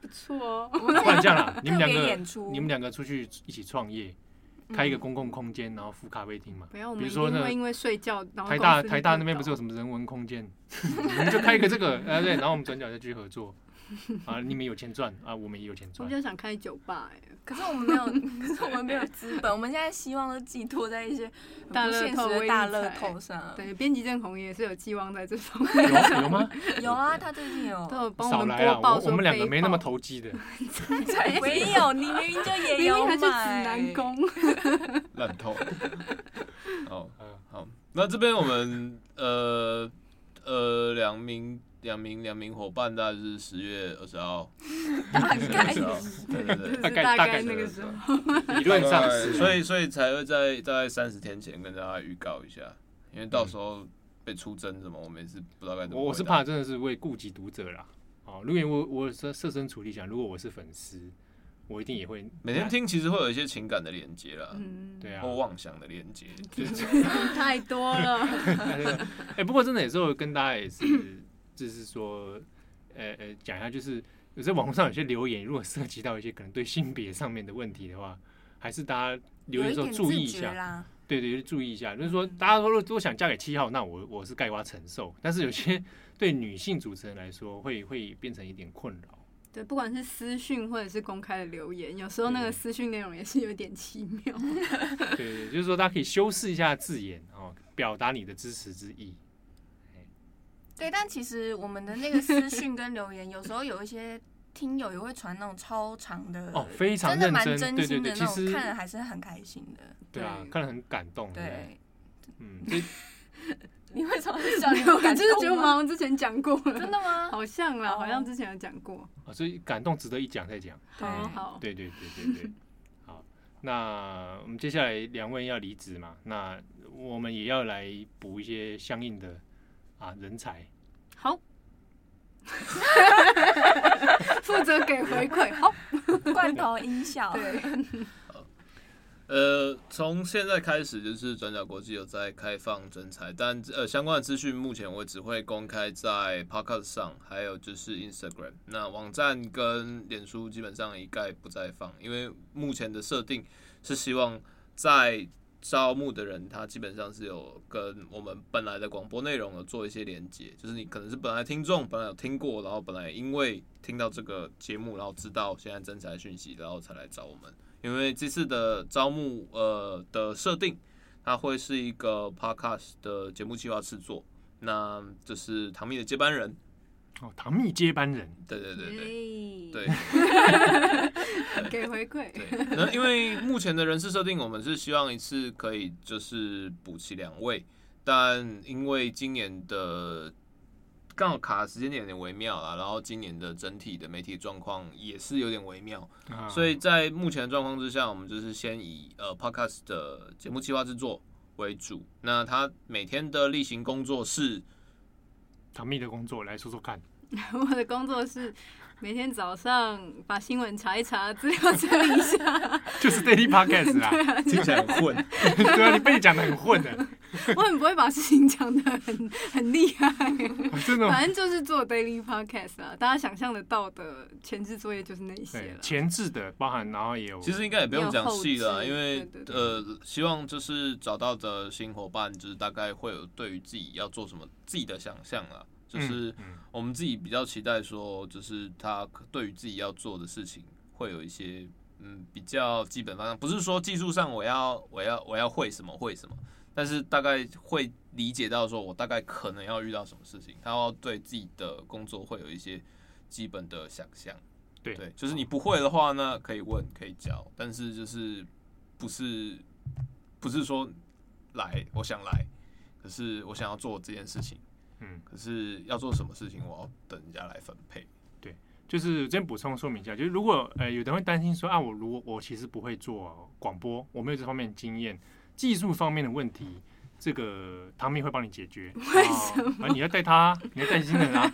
Speaker 1: 不错哦。
Speaker 3: 不然这样啦，你们
Speaker 4: 特
Speaker 3: 两
Speaker 4: 别
Speaker 3: 个
Speaker 4: 演出，
Speaker 3: 你们两个出去一起创业，开一个公共空间，然后付咖啡厅嘛。
Speaker 1: 不要，我
Speaker 3: 比
Speaker 1: 们
Speaker 3: 如
Speaker 1: 一
Speaker 3: 说
Speaker 1: 定
Speaker 3: 呢
Speaker 1: 会因为睡觉，然后
Speaker 3: 台
Speaker 1: 公
Speaker 3: 大
Speaker 1: 司就
Speaker 3: 台大那边
Speaker 1: 倒
Speaker 3: 不是有什么人文空间， 我们就开一个这个，哎、对，然后我们转角再去合作，啊，你们有钱赚啊，我们也有钱
Speaker 1: 我
Speaker 3: 赚
Speaker 1: 比，较想开酒吧、哎，
Speaker 4: 可是我们没有， 可是我们没有资本，我们现在希望都寄托在一些很不
Speaker 1: 大乐
Speaker 4: 现
Speaker 1: 透
Speaker 4: 实的
Speaker 1: 微
Speaker 4: 大
Speaker 1: 理
Speaker 4: 乐
Speaker 1: 财
Speaker 4: 透
Speaker 3: 嗯
Speaker 4: 上。
Speaker 1: 对，编辑郑红也是有寄望在这方面，
Speaker 3: 有有吗？
Speaker 4: 有啊，他最近有
Speaker 1: 都，有 帮
Speaker 3: 少
Speaker 1: 我们
Speaker 3: 来啊，
Speaker 1: 播报
Speaker 3: 我
Speaker 1: 说
Speaker 3: 我们两个
Speaker 1: 非
Speaker 3: 没那么
Speaker 1: 报，
Speaker 3: 投机 的，
Speaker 4: 没有，你明明就也
Speaker 1: 明
Speaker 4: 有
Speaker 1: 明还是
Speaker 4: 买。
Speaker 1: 指南宫，
Speaker 2: 烂 透。好，
Speaker 3: 嗯
Speaker 2: 好，那这边我们呃呃两名两名两名伙伴，大概就是十月二十号，
Speaker 4: 大
Speaker 2: 10月
Speaker 4: 概
Speaker 2: 20号，对对对
Speaker 1: 就是
Speaker 3: 大概
Speaker 1: 大
Speaker 3: 大概
Speaker 1: 概那个时候，
Speaker 2: 候，
Speaker 3: 理论上
Speaker 2: 对
Speaker 3: 是，
Speaker 2: 所以所以才会在大概三十天前跟大家预告一下，因为到时候被出征什么，我们也是不知道该怎么回答。
Speaker 3: 我我是怕真的是为顾及读者啦，哦，如果我我设设身处地想，如果我是粉丝，我一定也会
Speaker 2: 每天，听，其哦实会有一些情感的连接啦，
Speaker 1: 嗯，
Speaker 3: 对 啊，
Speaker 2: 或妄想的连接。
Speaker 1: 太多了，
Speaker 3: 哎、不过真的有时候跟大家也是，就是说，呃呃，讲一下，就是有时候网络上有些留言，如果涉及到一些可能对性别上面的问题的话，还是大家留
Speaker 4: 有
Speaker 3: 言
Speaker 4: 一
Speaker 3: 的时候
Speaker 4: 点
Speaker 3: 注
Speaker 4: 自
Speaker 3: 意一
Speaker 4: 觉
Speaker 3: 下，
Speaker 4: 啦。
Speaker 3: 对对，就注意一下，就是说，大家说如果都想嫁给七号，那我我是盖瓜承受，但是有些对女性主持人来说，会会变成一点困扰。
Speaker 1: 对，不管是私讯或者是公开的留言，有时候那个
Speaker 4: 嗯
Speaker 3: 对
Speaker 1: 私讯内容也是有点奇 妙，
Speaker 3: 对对，就是说大家可以修饰一下字眼哦，表达你的支持之意。
Speaker 4: 对，但其实我们的那个私讯跟留言，有时候有一些听友也会传那种超长的
Speaker 3: 哦非常
Speaker 4: 真的蛮
Speaker 3: 认真
Speaker 4: 真心
Speaker 3: 对对
Speaker 4: 的
Speaker 3: 对
Speaker 4: 那
Speaker 3: 其
Speaker 4: 种，
Speaker 3: 实
Speaker 4: 看了还是很开心的。
Speaker 3: 对啊
Speaker 1: 对，
Speaker 3: 看了很感动，对不对？
Speaker 4: 对，
Speaker 3: 嗯，所以
Speaker 4: 你为什么笑？
Speaker 1: 我
Speaker 4: 你有感
Speaker 1: 就是觉得
Speaker 4: 动
Speaker 1: 我
Speaker 4: 吗？
Speaker 1: 好像之前讲过了，
Speaker 4: 真的吗？
Speaker 1: 好像啦，
Speaker 4: 哦
Speaker 1: 好像之前有讲过，
Speaker 3: 啊所以感动值得一讲再讲。
Speaker 4: 对
Speaker 1: 好好，
Speaker 3: 对对对 对对，好，那我们接下来两位要离职嘛，那我们也要来补一些相应的啊人才。
Speaker 1: 好。 负责给回馈，好，
Speaker 4: 罐头音效，
Speaker 1: 对，
Speaker 2: 呃，从现在开始，就是转角国际有在开放征才，但呃相关的资讯目前我只会公开在 Podcast 上，还有就是 Instagram。那网站跟脸书基本上一概不再放，因为目前的设定是希望在招募的人，他基本上是有跟我们本来的广播内容有做一些连接，就是你可能是本来听众，本来有听过，然后本来因为听到这个节目，然后知道现在征才讯息，然后才来找我们。因为这次的招募呃的设定，它会是一个 podcast 的节目计划制作，那就是唐蜜的接班人，
Speaker 3: 哦，唐蜜接班人，
Speaker 2: 对对对对。
Speaker 1: 对
Speaker 2: 对，
Speaker 1: 给回馈，
Speaker 2: 对，那因为目前的人事设定，我们是希望一次可以就是补齐两位，但因为今年的刚好卡的时间点有点微妙啦，然后今年的整体的媒体状况也是有点微妙，
Speaker 3: 啊
Speaker 2: 所以在目前的状况之下，我们就是先以呃 podcast 的节目计划制作为主。那他每天的例行工作是，
Speaker 3: 唐蜜的工作来说说看。
Speaker 1: 我的工作是每天早上把新闻查一查，资料整理一 下。
Speaker 3: 就是 daily podcast
Speaker 1: 啊
Speaker 3: 啦，
Speaker 2: 听起来很混，
Speaker 3: 对啊，你被你讲的很混的，
Speaker 1: 我很不会把事情讲得很很厉害，
Speaker 3: 哦真 的。
Speaker 1: 反正就是做 daily podcast 啦，大家想象得到的前置作业就是那些
Speaker 3: 对
Speaker 1: 了，。
Speaker 3: 前置的包含，然后也 有，
Speaker 2: 其实应该也不用讲细了，
Speaker 1: 没
Speaker 2: 因
Speaker 1: 有后置对对
Speaker 2: 为
Speaker 1: 对
Speaker 2: 呃，希望就是找到的新伙伴，就是大概会有对于自己要做什么自己的想象啦，就是。
Speaker 3: 嗯嗯
Speaker 2: 我们自己比较期待说，就是他对于自己要做的事情会有一些嗯比较基本方向，不是说技术上我要我要我要会什么会什么，但是大概会理解到说我大概可能要遇到什么事情，他要对自己的工作会有一些基本的想象。
Speaker 3: 对
Speaker 2: 对，就是你不会的话呢，可以问可以教，但是就是不是不是说来我想来，可是我想要做这件事情，
Speaker 3: 嗯，
Speaker 2: 可是要做什么事情，我要等人家来分配。
Speaker 3: 就是先补充说明一下，就是如果呃有的人会担心说啊，我如果我其实不会做广播，我没有这方面的经验，技术方面的问题，这个汤米会帮你解 决。为
Speaker 1: 什
Speaker 3: 么？啊，你要带他啊，你要带新 人啊，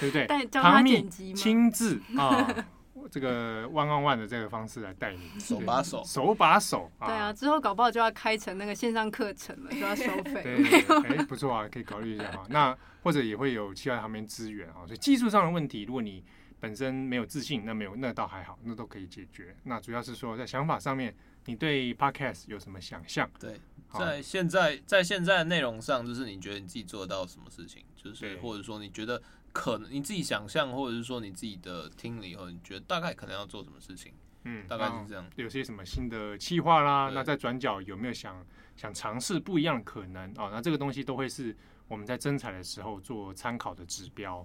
Speaker 3: 对不对？
Speaker 1: 但教他
Speaker 3: 汤米
Speaker 1: 剪辑吗？
Speaker 3: 亲自啊，这个万万万的这个方式来带你，
Speaker 2: 手
Speaker 3: 对
Speaker 2: 把手
Speaker 3: 手把手
Speaker 1: 对啊，，之后搞不好就要开成那个线上课程了，就要收
Speaker 3: 对
Speaker 1: 费。
Speaker 3: 对，对哎，不错啊，可以考虑一下哈。那或者也会有其他旁边资源啊，所以技术上的问题，如果你本身没有自信，那没有那倒还好，那都可以解决。那主要是说在想法上面，你对 podcast 有什么想象？
Speaker 2: 对，
Speaker 3: 好
Speaker 2: 在现在在现在的内容上，就是你觉得你自己做到什么事情，就是
Speaker 3: 对
Speaker 2: 或者说你觉得可能你自己想象，或者是说你自己的听力，或哦者你觉得大概可能要做什么事情，
Speaker 3: 嗯，
Speaker 2: 大概是这样。
Speaker 3: 有些什么新的计划啦？
Speaker 2: 对
Speaker 3: 那在转角有没有想想尝试不一样的可能啊、哦？那这个东西都会是我们在征才的时候做参考的指标。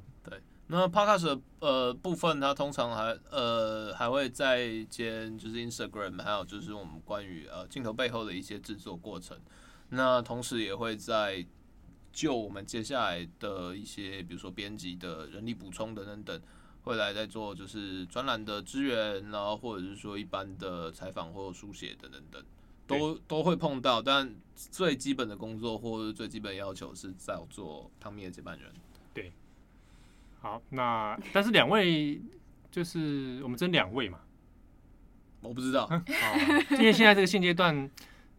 Speaker 2: 那 podcast 的呃部分，它通常还呃还会再兼就是 Instagram，还有就是我们关于呃镜头背后的一些制作过程。那同时也会在就我们接下来的一些，比如说编辑的人力补充等等等，会来再做就是专栏的支援，然后或者是说一般的采访或书写等等等，都都会碰到。但最基本的工作或者是最基本的要求是在我做汤米的接班人。
Speaker 3: 好，那但是两位就是我们真两位嘛，
Speaker 2: 我不知道，
Speaker 3: 哦，因为现在这个现阶段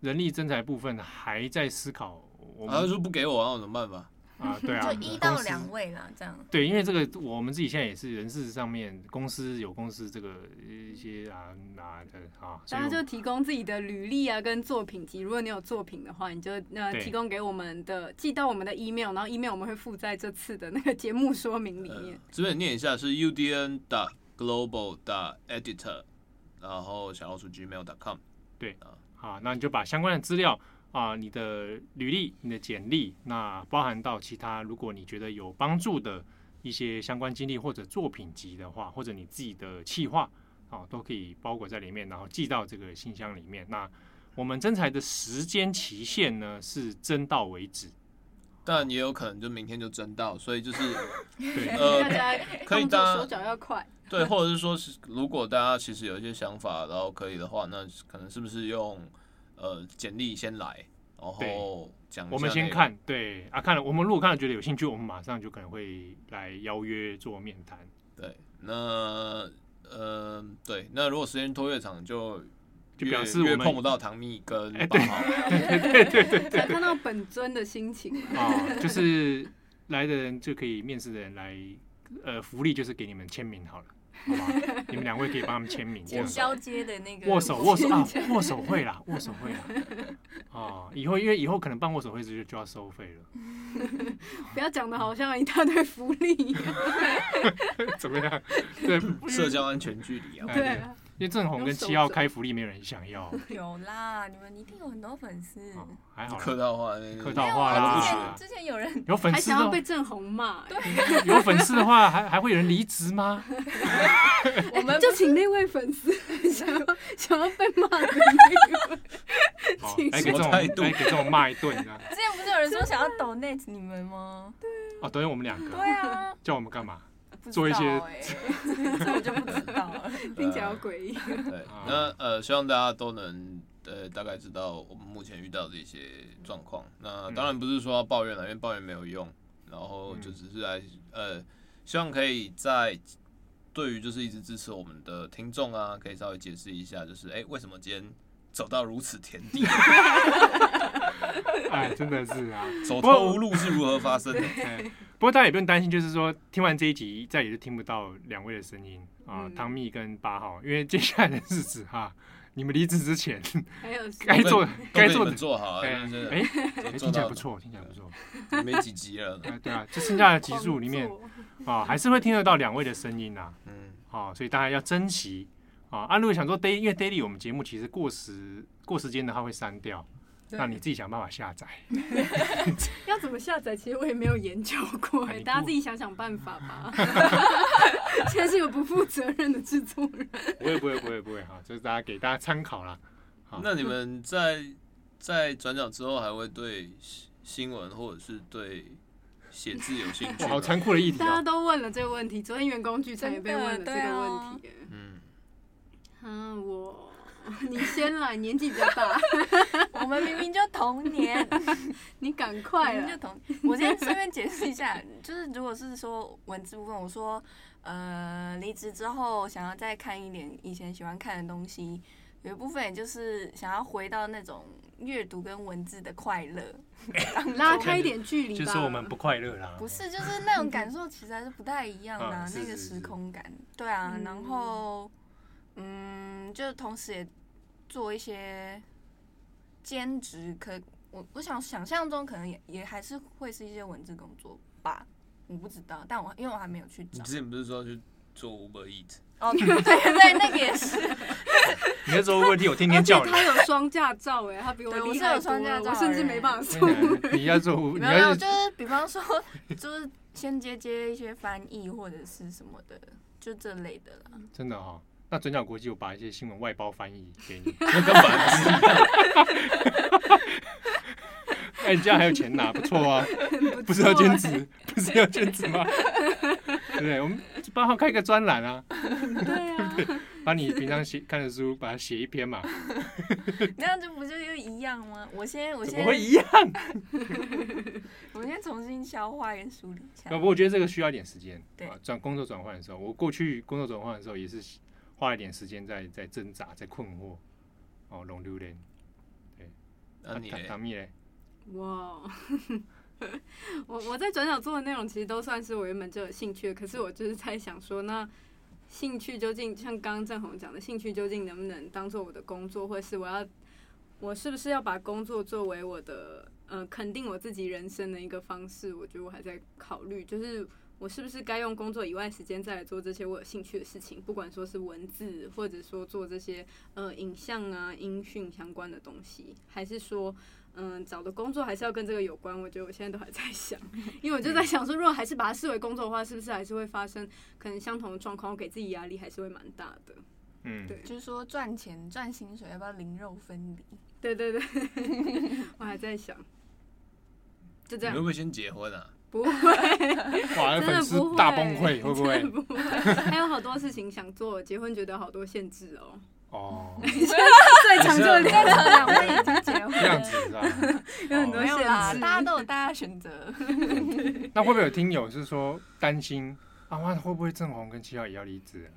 Speaker 3: 人力增才部分还在思考，我
Speaker 2: 他
Speaker 3: 们
Speaker 2: 说不给我啊，有什么办法？
Speaker 3: 啊，对啊，
Speaker 4: 就一到
Speaker 3: 公司
Speaker 4: 两位啦，这样。
Speaker 3: 对，因为这个我们自己现在也是人事上面，公司有公司这个一些啊哪的啊，所
Speaker 1: 大
Speaker 3: 以
Speaker 1: 家
Speaker 3: 我
Speaker 1: 就提供自己的履历啊，跟作品集。如果你有作品的话，你就呃
Speaker 3: 对
Speaker 1: 提供给我们的，寄到我们的 email，然后 email 我们会附在这次的那个节目说明里面。
Speaker 2: 呃这边念一下是 udn dot global dot editor，然后小老鼠 gmail dot com。
Speaker 3: 啊，那你就把相关的资料啊，你的履历、你的简历，那包含到其他，如果你觉得有帮助的一些相关经历或者作品集的话，或者你自己的企划啊，都可以包裹在里面，然后寄到这个信箱里面。那我们征才的时间期限呢是征到为止，
Speaker 2: 但也有可能就明天就真到，所以就是
Speaker 3: 对，
Speaker 1: 大
Speaker 2: 呃，
Speaker 1: 家
Speaker 2: 可以
Speaker 1: 动
Speaker 2: 搭
Speaker 1: 作手脚要快，
Speaker 2: 对，或者是说是，如果大家其实有一些想法，然后可以的话，那可能是不是用呃简历先来，然后
Speaker 3: 对
Speaker 2: 讲一下
Speaker 3: 我们先
Speaker 2: 内容，
Speaker 3: 看，对啊，看了我们如果看了觉得有兴趣，我们马上就可能会来邀约做面谈。
Speaker 2: 对，那呃对，那如果时间拖越长就
Speaker 3: 就
Speaker 2: 越
Speaker 3: 表示我
Speaker 2: 越
Speaker 3: 们哎
Speaker 2: 碰不到唐蜜跟八号，
Speaker 1: 才看到本尊的心情 嘛。
Speaker 3: 啊，就是来的人就可以面试的人来，呃，福利就是给你们签名好了，好吧？你们两位可以帮他们签名，这
Speaker 4: 就
Speaker 3: 样子
Speaker 4: 交接的那个
Speaker 3: 握手握手 啊，握手会啦，握手会啦。哦，以后因为以后可能办握手会就就要收费了，
Speaker 1: 不要讲的好像一大堆福利一样。
Speaker 3: 怎么样？对，
Speaker 2: 社交安全距离啊。
Speaker 3: 哎
Speaker 1: 对啊，
Speaker 3: 因为郑红
Speaker 1: 用
Speaker 3: 跟
Speaker 1: 手
Speaker 3: 七号
Speaker 1: 肘
Speaker 3: 开福利，没有人想要，
Speaker 4: 有啦，你们一定有很多粉丝。
Speaker 3: 哦，还好
Speaker 2: 客
Speaker 3: 啦，
Speaker 2: 套话，
Speaker 3: 客
Speaker 4: 没
Speaker 3: 套
Speaker 4: 有
Speaker 3: 话
Speaker 4: 啊，
Speaker 3: 啦，
Speaker 4: 之
Speaker 3: 不
Speaker 2: 是
Speaker 3: 许
Speaker 4: 前
Speaker 3: 啦。
Speaker 4: 之前有人
Speaker 3: 有粉
Speaker 1: 还
Speaker 3: 丝
Speaker 1: 想要被
Speaker 3: 的，
Speaker 1: 郑红骂，
Speaker 3: 有粉丝的话，还还会有人离职吗？
Speaker 4: 我们
Speaker 1: 就请那位粉丝 想 要想要被骂
Speaker 4: 呃
Speaker 1: 的那个。
Speaker 3: 哦
Speaker 1: 请
Speaker 3: 来给
Speaker 2: 什
Speaker 3: 这
Speaker 2: 么
Speaker 3: 种
Speaker 2: 态度
Speaker 3: 来给这种骂一顿，你知道？
Speaker 4: 之前不是有人说想要 donate 你们吗？
Speaker 3: 哦，等于我们两个
Speaker 4: 对啊，
Speaker 3: 叫我们干嘛？
Speaker 4: 不知道
Speaker 3: 做一些
Speaker 4: 欸 这我就不知道了。
Speaker 1: 听起来好诡异。
Speaker 2: 对，
Speaker 3: 啊
Speaker 2: 那呃，希望大家都能呃大概知道我们目前遇到的一些状况。那当然不是说要抱怨了，因啊为抱怨没有用，然后就
Speaker 3: 嗯
Speaker 2: 只是来呃，希望可以在对于就是一直支持我们的听众啊，可以稍微解释一下，就是哎、为什么今天走到如此田 地，
Speaker 3: 哎，真的是啊。
Speaker 2: 走投无路是如何发生 的？
Speaker 3: 哎，不过大家也不用担心，就是说听完这一集，再也就听不到两位的声音啊，
Speaker 1: 嗯
Speaker 3: 汤米跟八号，因为接下来的日子哈， 你们离职之前
Speaker 1: 还有是
Speaker 3: 该做的
Speaker 2: 都被
Speaker 3: 该
Speaker 2: 你
Speaker 3: 做
Speaker 2: 们
Speaker 3: 的，
Speaker 2: 做好 啊，
Speaker 3: 哎
Speaker 2: 就是
Speaker 3: 哎，
Speaker 2: 都
Speaker 3: 哎
Speaker 2: 做
Speaker 3: 听起来
Speaker 2: 到
Speaker 3: 不错，听起来不错，
Speaker 2: 了，没几集了，
Speaker 3: 哎，对啊，就剩下的集
Speaker 1: 狂
Speaker 3: 数里面哦
Speaker 1: 做
Speaker 3: 啊，还是会听得到两位的声音呐，
Speaker 2: 嗯，
Speaker 3: 啊，所以大家要珍惜啊啊！如果想说 daily，因为 daily 我们节目其实过时过时间的它会删掉，
Speaker 1: 对
Speaker 3: 那你自己想办法下载。
Speaker 1: 要怎么下载？其实我也没有研究过、哎，
Speaker 3: 哎你不
Speaker 1: 大家自己想想办法 吧。现在是个不负责任的制作人，
Speaker 3: 不会不会不会不会哈，就是大家给大家参考啦。好
Speaker 2: 那你们在在转角之后，还会对新新闻或者是对写字有兴趣
Speaker 3: 哇，好
Speaker 2: 吗？
Speaker 3: 残酷的议题
Speaker 1: 大家
Speaker 3: 哦！
Speaker 1: 都问了这个问题。昨天员工聚餐也被问了这个问
Speaker 4: 啊
Speaker 1: 题、欸
Speaker 2: 嗯，
Speaker 1: 嗯、啊，我你先来，年纪比较大，
Speaker 4: 我们明明就同 年，
Speaker 1: 你赶
Speaker 4: 我
Speaker 1: 快啊
Speaker 4: 们就
Speaker 1: 了。
Speaker 4: 同。我先顺便解释一下，就是如果是说呃文字部分，我说呃离职之后想要再看一点以前喜欢看的东西，有一部分也就是想要回到那种阅读跟文字的快乐，
Speaker 1: 拉开一点距离吧。
Speaker 3: 就是说我们不快乐啦。
Speaker 4: 不是就是那种感受其实还是不太一样的、
Speaker 3: 嗯
Speaker 4: 啊，
Speaker 3: 是
Speaker 4: 那个
Speaker 3: 是是
Speaker 4: 时空感。对啊，
Speaker 1: 嗯
Speaker 4: 然后嗯，就同时也做一些兼职，可我我想想象中可能也也还是会是一些文字工作吧，我不知道，但我因为我还没有去
Speaker 2: 你
Speaker 4: 找
Speaker 2: 之。前不是说要去做 Uber Eat？
Speaker 4: 哦，对 对对，那个也是，
Speaker 3: 你在说问题，我天
Speaker 1: 而
Speaker 3: 天
Speaker 1: 且
Speaker 3: 叫你。
Speaker 1: 他有双驾照哎、他比我
Speaker 4: 对我
Speaker 1: 厉
Speaker 4: 是
Speaker 1: 害
Speaker 4: 有
Speaker 1: 多
Speaker 4: 双驾
Speaker 1: 了，
Speaker 4: 照欸
Speaker 1: 我
Speaker 4: 的
Speaker 1: 甚至
Speaker 4: 人
Speaker 1: 没办法
Speaker 3: 真
Speaker 1: 做。
Speaker 3: 的你要做，你
Speaker 4: 没有没有，
Speaker 3: 要
Speaker 4: 就是比方说，就是先接接一些翻译或者是什么的，就这类的 啦。
Speaker 3: 真的哈。那转角国际有把一些新闻外包翻译给你，
Speaker 2: 那跟白痴一样。
Speaker 3: 哎，你这样还有钱拿，不错啊。不是要兼职，不是要兼职吗？对不对？我们八号开个专栏啊，
Speaker 1: 对 啊，
Speaker 3: 把你平常写看的书，把它写一篇嘛，
Speaker 4: 那样就不就又一样吗？我先我
Speaker 3: 怎么
Speaker 4: 先
Speaker 3: 会一样？
Speaker 4: 我先重新消化跟梳理一下
Speaker 3: 不。过我觉得这个需要一点时间。
Speaker 4: 对
Speaker 3: 啊，转工作转换的时候，我过去工作转换的时候也是花了一点时间在在挣扎，在困惑。哦，龙榴莲，
Speaker 2: 那你
Speaker 3: 啊
Speaker 2: 嘞
Speaker 3: 唐蜜嘞，
Speaker 1: 哇，哦 我我在转角做的内容其实都算是我原本就有兴趣的，可是我就是在想说，那兴趣究竟像刚刚郑红讲的，兴趣究竟能不能当做我的工作，或是我要我是不是要把工作作为我的呃肯定我自己人生的一个方式？我觉得我还在考虑，就是我是不是该用工作以外时间再来做这些我有兴趣的事情，不管说是文字，或者说做这些呃影像啊、音讯相关的东西，还是说。嗯，找的工作还是要跟这个有关。我觉得我现在都还在 想，因为我就在想说，如果还是把它视为工作的话，是不是还是会发生可能相同的状况？我给自己压力还是会蛮大的。
Speaker 3: 嗯，
Speaker 1: 对
Speaker 4: 就是说赚钱赚薪水要不要零肉分离？
Speaker 1: 对对对， 我还在想，就这
Speaker 2: 你会
Speaker 1: 样，
Speaker 2: 不会先结婚啊？
Speaker 1: 不 会。
Speaker 3: 哇，
Speaker 1: 真的
Speaker 3: 粉丝
Speaker 1: 不会
Speaker 3: 大崩溃，会不会？
Speaker 1: 不会， 还有好多事情想做，结婚觉得好多限制哦。
Speaker 3: 哦，
Speaker 1: 最常做的
Speaker 2: 你
Speaker 1: 理
Speaker 2: 是
Speaker 1: 由
Speaker 4: 在场两位已经结婚
Speaker 3: 这样子
Speaker 4: 了，
Speaker 3: 是吧？哦
Speaker 1: 有很多
Speaker 4: 没有啦，
Speaker 1: 限制
Speaker 4: 大家都有大家的选择。
Speaker 3: 那会不会有听友是说担心啊？哇会不会郑红跟七号也要离职啊？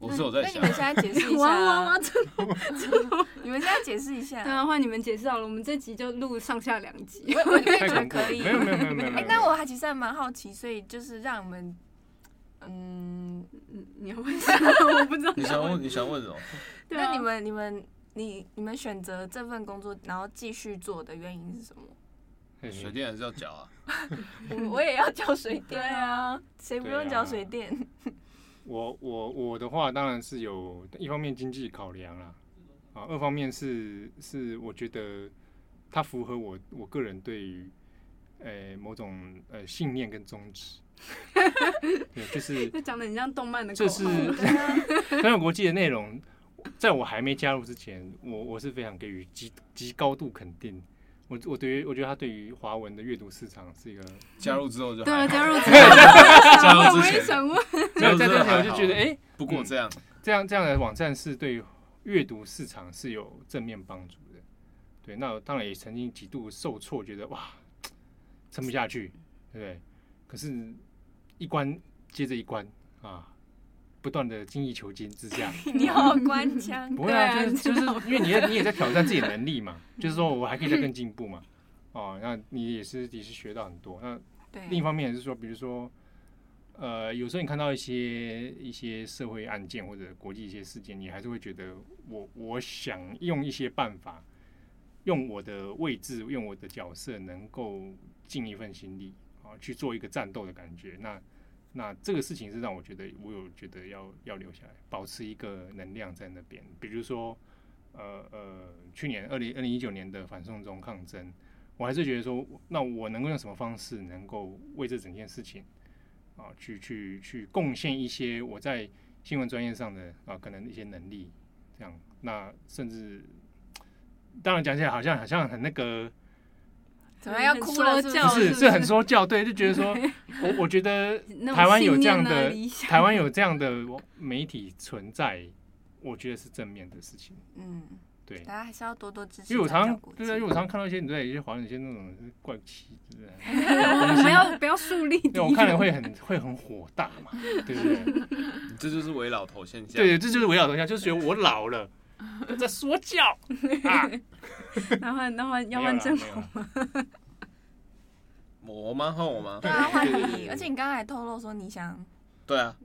Speaker 2: 我是有在
Speaker 4: 那你
Speaker 2: 想
Speaker 4: 们，现在解释一下
Speaker 1: 哇哇
Speaker 4: 啊，
Speaker 1: 哇！真的
Speaker 4: 你们现在解释一
Speaker 1: 对
Speaker 4: 下。
Speaker 1: 啊，换你们解释好了，我们这集就录上下两集。
Speaker 4: 我我觉
Speaker 3: 太
Speaker 4: 得
Speaker 3: 恐怖了！
Speaker 4: 可以
Speaker 3: 没。有没有没有没有没
Speaker 4: 哎
Speaker 3: 有，。
Speaker 4: 那我还其实还蛮好奇，所以就是让我们，嗯，
Speaker 1: 嗯 你要问什么？我不知道。
Speaker 2: 你想问你想问什么？
Speaker 1: 对啊
Speaker 4: 那你们你们你你们选择这份工作，然后继续做的原因是什么？
Speaker 3: 嘿
Speaker 2: 水电还是要缴啊？
Speaker 4: 我我也要交水
Speaker 1: 对
Speaker 4: 电啊，
Speaker 1: 啊，
Speaker 4: 谁不
Speaker 3: 对
Speaker 4: 用
Speaker 3: 啊
Speaker 4: 交水电？
Speaker 3: 我我我的话当然是有一方面经济考量啦，啊，二方面是是我觉得它符合我我个人对于呃某种呃信念跟宗旨，对，就是
Speaker 1: 就讲的很像动漫的口
Speaker 3: 这
Speaker 1: 号。
Speaker 3: 是
Speaker 4: 对啊
Speaker 3: 三角国际的内容，在我还没加入之前，我我是非常给予极极高度肯定。我我对于我觉得它对于华文的阅读市场是 一个，
Speaker 2: 加入之后就
Speaker 1: 对啊，
Speaker 2: 还好
Speaker 1: 加入之前，
Speaker 2: 加入之前
Speaker 1: 我也想问，
Speaker 3: 没有在
Speaker 2: 这
Speaker 3: 这
Speaker 2: 个
Speaker 3: 前我
Speaker 2: 还
Speaker 3: 就
Speaker 2: 好
Speaker 3: 觉得哎、诶
Speaker 2: 不过这样，
Speaker 3: 这样这样的网站是对阅读市场是有正面帮助的。对，那我当然也曾经几度受挫，觉得哇，撑不下去，对不对？可是，一关接着一关啊，不断的精益求精之下，
Speaker 4: 你好官腔，
Speaker 3: 不会
Speaker 1: 对
Speaker 3: 啊，
Speaker 1: 啊
Speaker 3: 就是就
Speaker 1: 你
Speaker 3: 是
Speaker 1: 知道
Speaker 3: 因为你也你也在挑战自己的能力嘛，就是说我还可以再更进步嘛。哦，那你也是也是学到很多。那另一
Speaker 4: 对，
Speaker 3: 方面也是说，比如说，呃，有时候你看到一些一些社会案件或者国际一些事件，你还是会觉得我我想用一些办法，用我的位置，用我的角色，能够尽一份心力啊，去做一个战斗的感觉。那那这个事情是让我觉得，我有觉得要要留下来，保持一个能量在那边。比如说，呃呃，去年二零二零一九年的反送中抗争，我还是觉得说，那我能够用什么方式能够为这整件事情啊，去去去贡献一些我在新闻专业上的啊，可能一些能力，这样。那甚至，当然讲起来好像好像很那个，
Speaker 4: 怎么要哭了？
Speaker 1: 很说
Speaker 3: 不
Speaker 4: 是不
Speaker 1: 教
Speaker 4: 是
Speaker 1: 是
Speaker 3: 是是很说教，对，就觉得说我我觉得
Speaker 1: 那种
Speaker 3: 台湾有这样
Speaker 1: 信念啊
Speaker 3: 的
Speaker 1: 理，想
Speaker 3: 台湾有这样的媒体存在，我觉得是正面的事情。
Speaker 4: 嗯，
Speaker 3: 对，
Speaker 4: 大家还是要多多支持
Speaker 3: 因为我
Speaker 4: 转
Speaker 3: 常
Speaker 4: 角
Speaker 3: 常
Speaker 4: 国际。
Speaker 3: 对啊，因为我常常看到一些你在一些华人一些那种怪奇，对不对？
Speaker 1: 不要不要树立敌
Speaker 3: 对，我看了
Speaker 1: 人，
Speaker 3: 会很会很火大嘛，对 不对？
Speaker 2: 这就是围老头现象。
Speaker 3: 对，这就是围绕头像，就是觉得我老了，在说 教啊，
Speaker 1: 然后然后要
Speaker 3: 没有
Speaker 1: 换
Speaker 3: 啦
Speaker 1: 政府
Speaker 3: 没有啦
Speaker 2: 我吗？换我吗？
Speaker 4: 对啊，换
Speaker 2: 对对对
Speaker 4: 你，
Speaker 2: 对
Speaker 4: 而且你刚才还透露说你想，
Speaker 2: 对啊，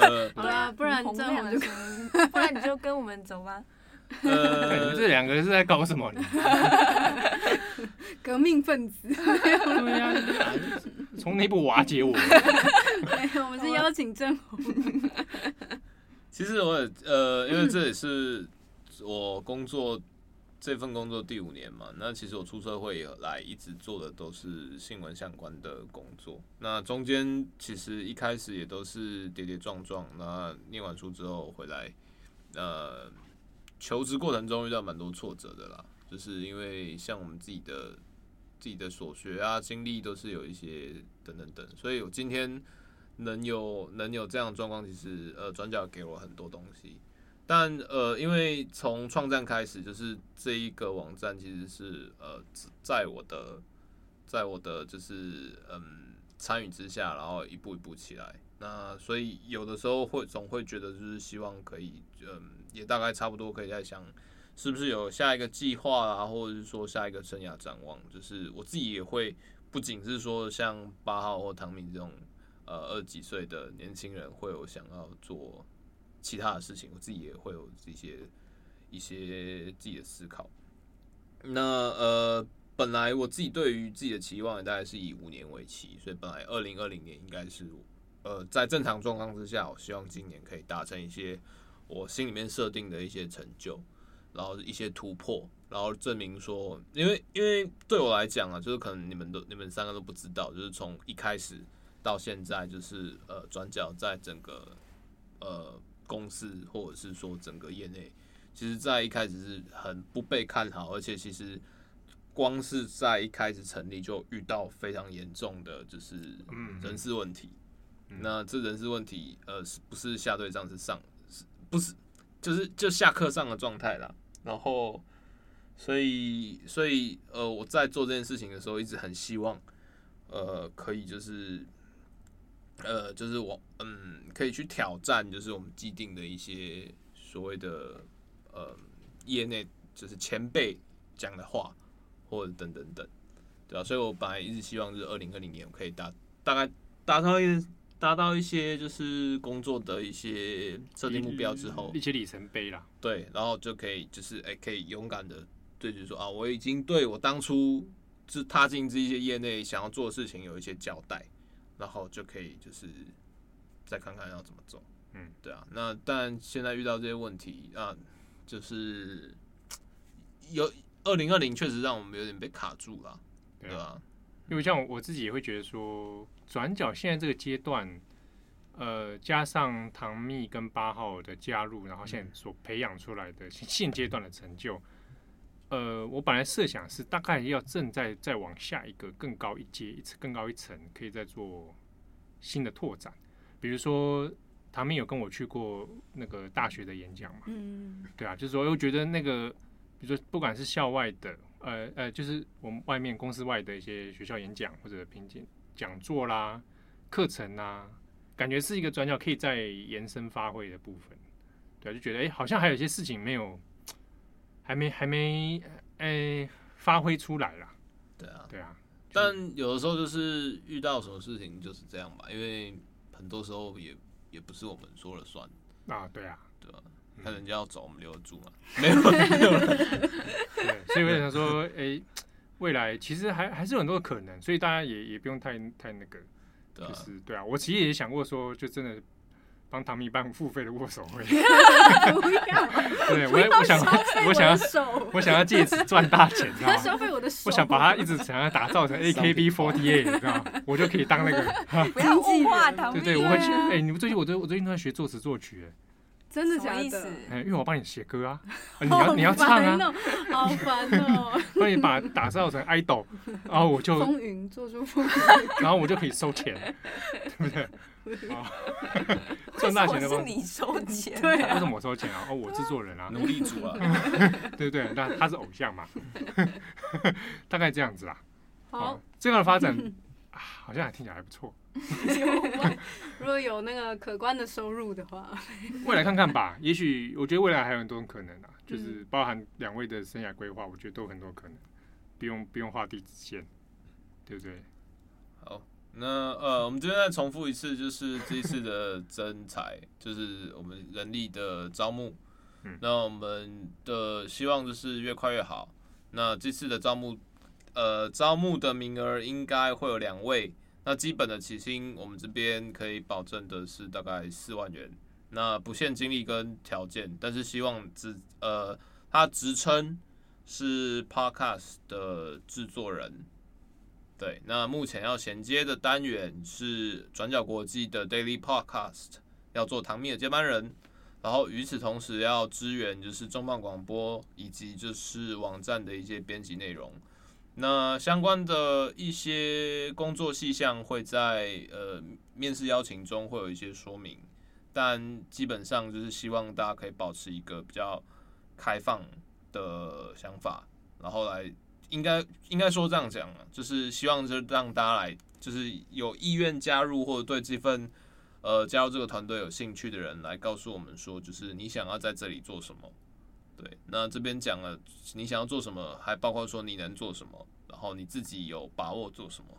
Speaker 2: 呃
Speaker 1: 对啊，不然
Speaker 4: 洪
Speaker 1: 这样我
Speaker 4: 亮
Speaker 1: 们
Speaker 4: 的
Speaker 1: 就
Speaker 4: 声音， 不然你就跟我们走吧。
Speaker 3: 哎你们
Speaker 2: 呃，
Speaker 3: 这两个是在搞什么？
Speaker 1: 革命分子。
Speaker 3: 对啊呀、 从内部瓦解我。
Speaker 1: 没哎有，我们
Speaker 3: 啊
Speaker 1: 是邀请郑红。
Speaker 2: 其实我也呃，因为这也是我工作这份工作第五年嘛，那其实我出社会以来一直做的都是新闻相关的工作。那中间其实一开始也都是跌跌撞撞，那念完书之后回来，呃，求职过程中遇到蛮多挫折的啦，就是因为像我们自己的自己的所学啊、经历都是有一些等等等，所以我今天。能有能有这样的状况，其实呃，转角给我很多东西。但呃，因为从创站开始，就是这一个网站其实是呃，在我的在我的就是嗯参与之下，然后一步一步起来。那所以有的时候会总会觉得就是希望可以嗯，也大概差不多可以在想。是不是有下一个计划啊，或者是说下一个生涯展望？就是我自己也会，不仅是说像八号或唐敏这种呃二十几岁的年轻人会有想要做其他的事情，我自己也会有这些一些自己的思考。那呃，本来我自己对于自己的期望也大概是以五年为期，所以本来二零二零年应该是呃在正常状况之下，我希望今年可以达成一些我心里面设定的一些成就，然后一些突破。然后证明说，因为因为对我来讲啊，就是可能你们都你们三个都不知道，就是从一开始到现在，就是呃，转角在整个呃公司或者是说整个业内，其实在一开始是很不被看好，而且其实光是在一开始成立就遇到非常严重的就是
Speaker 3: 嗯
Speaker 2: 人事问题。
Speaker 3: 嗯
Speaker 2: 那这人事问题，呃，是不是下对账是上，是不是就是就下课上的状态啦。然后，所以所以呃，我在做这件事情的时候，一直很希望呃，可以就是呃，就是我嗯，可以去挑战，就是我们既定的一些所谓的呃，业内就是前辈讲的话，或者等等等，对啊，所以我本来一直希望就是二零二零年我可以达大概达到一达到一些就是工作的一些设定目标之后
Speaker 3: 一，些里程碑啦。
Speaker 2: 对，然后就可以就是哎、可以勇敢的对自己说啊，我已经对我当初是踏进这些业内想要做的事情有一些交代，然后就可以就是再看看要怎么做。
Speaker 3: 嗯，
Speaker 2: 对啊。那但现在遇到这些问题啊，就是有二零二零确实让我们有点被卡住了，对
Speaker 3: 对
Speaker 2: 吧、
Speaker 3: 啊因为像我自己也会觉得说，转角现在这个阶段，呃，加上唐蜜跟八号的加入，然后现在所培养出来的现现阶段的成就，呃，我本来设想是大概要正在再往下一个更高一阶，一次更高一层，可以再做新的拓展。比如说，唐蜜有跟我去过那个大学的演讲嘛，
Speaker 1: 嗯，
Speaker 3: 对啊，就是说，我觉得那个，比如说，不管是校外的，呃呃，就是我们外面公司外的一些学校演讲或者评鉴讲座啦、课程啦，感觉是一个转角可以再延伸发挥的部分。对、啊，就觉得哎、诶好像还有一些事情没有，还没还没哎、诶发挥出来啦。
Speaker 2: 对啊。
Speaker 3: 对啊，就是
Speaker 2: 但有的时候就是遇到什么事情就是这样吧，因为很多时候也也不是我们说了算。
Speaker 3: 啊，对啊，
Speaker 2: 对吧、
Speaker 3: 嗯
Speaker 2: 看人家要走，我们留得住嘛。
Speaker 3: 对，所以我想说，哎、未来其实还还是有很多可能，所以大家也也不用太太那个，
Speaker 2: 对
Speaker 3: 就
Speaker 2: 啊，
Speaker 3: 是对啊，我其实也想过说，就真的帮唐米办付费的握手会，
Speaker 1: 不要，
Speaker 3: 对
Speaker 1: 不
Speaker 3: 我也
Speaker 1: 要
Speaker 3: 我想
Speaker 1: 消费
Speaker 3: 我
Speaker 1: 我
Speaker 3: 想要
Speaker 1: 的手，
Speaker 3: 我想要借此赚大钱，你知
Speaker 1: 不
Speaker 3: 道
Speaker 1: 要
Speaker 3: 吗？
Speaker 1: 消费我的手，
Speaker 3: 我想把它一直想要打 造成 AKB48，你知道吗？我就可以当那个，
Speaker 4: 不要物化
Speaker 1: 经纪人
Speaker 4: 唐
Speaker 3: 对
Speaker 4: 蜜，
Speaker 3: 对，
Speaker 1: 对
Speaker 3: 我会去。
Speaker 1: 啊
Speaker 3: 哎，你们最近我最我最近都在学作词作曲，
Speaker 1: 真的
Speaker 4: 什
Speaker 1: 假
Speaker 4: 么意思
Speaker 1: 的？？
Speaker 3: 哎，因为我帮你写歌啊，啊你
Speaker 1: 哦
Speaker 3: 要你要唱啊，
Speaker 1: 好烦哦，好 烦哦！
Speaker 3: 帮你把它打造成 idol，然后我就
Speaker 1: 风云做 出风
Speaker 3: 然后我就可以收钱，对不对？
Speaker 1: 云，
Speaker 3: 啊， 赚大钱的
Speaker 4: 为什
Speaker 3: 方
Speaker 4: 么是
Speaker 3: 式。
Speaker 4: 你收钱，
Speaker 1: 对
Speaker 3: 为什么我收钱啊？哦，我制作人啊，
Speaker 2: 奴隶主啊，
Speaker 3: 对不对？那他是偶像嘛，大概这样子啦。
Speaker 1: 好。，
Speaker 3: 这样的发展啊好像还听起来还不错，
Speaker 1: 如果有那个可观的收入的话，
Speaker 3: 未来看看吧。也许我觉得未来还有很多种可能啊，就是包含两位的生涯规划，我觉得都有很多可能，不用不用画地自限，对不对？
Speaker 2: 好，那呃，我们这边再重复一次，就是这一次的征才，就是我们人力的招募
Speaker 3: 嗯。
Speaker 2: 那我们的希望就是越快越好。那这次的招募，呃，招募的名额应该会有两位。那基本的起薪，我们这边可以保证的是大概四万元。那不限经历跟条件，但是希望职呃，他职称是 Podcast 的制作人。对，那目前要衔接的单元是转角国际的 Daily Podcast，要做唐蜜的接班人，然后与此同时要支援就是重磅广播以及就是网站的一些编辑内容。那相关的一些工作细项会在呃面试邀请中会有一些说明，但基本上就是希望大家可以保持一个比较开放的想法，然后来应该应该说这样讲啊，就是希望就是让大家来，就是有意愿加入或者对这份呃加入这个团队有兴趣的人来告诉我们说，就是你想要在这里做什么。对，那这边讲了你想要做什么，还包括说你能做什么，然后你自己有把握做什么。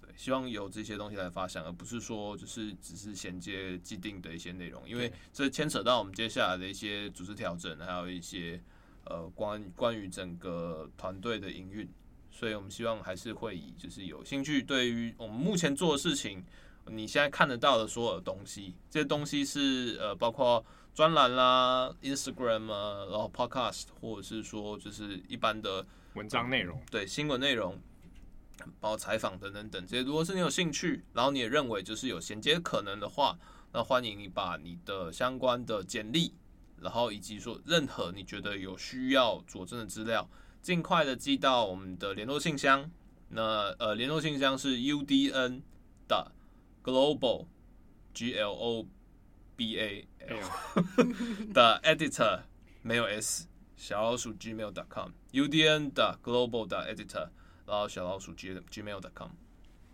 Speaker 2: 对，希望有这些东西来发想，而不是说就是只是衔接既定的一些内容，因为
Speaker 3: 对
Speaker 2: 这牵扯到我们接下来的一些组织调整，还有一些呃关关于整个团队的营运，所以我们希望还是会以就是有兴趣对于我们目前做的事情，你现在看得到的所有东西，这些东西是呃包括专栏啦、Instagram 啊，然后 Podcast 或者是说就是一般的
Speaker 3: 文章内容，
Speaker 2: 对新闻内容，包括采访等等等这些。如果是你有兴趣，然后你也认为就是有衔接可能的话，那欢迎你把你的相关的简历，然后以及说任何你觉得有需要佐证的资料，尽快的寄到我们的联络信箱。那呃，联络信箱是 udn 的 global g l o b a
Speaker 3: 哎
Speaker 2: l
Speaker 3: 呦，
Speaker 2: 的 editor 没有 s 小老鼠 gmail.com udn 的 global 的 editor，然后小老鼠 g gmail.com。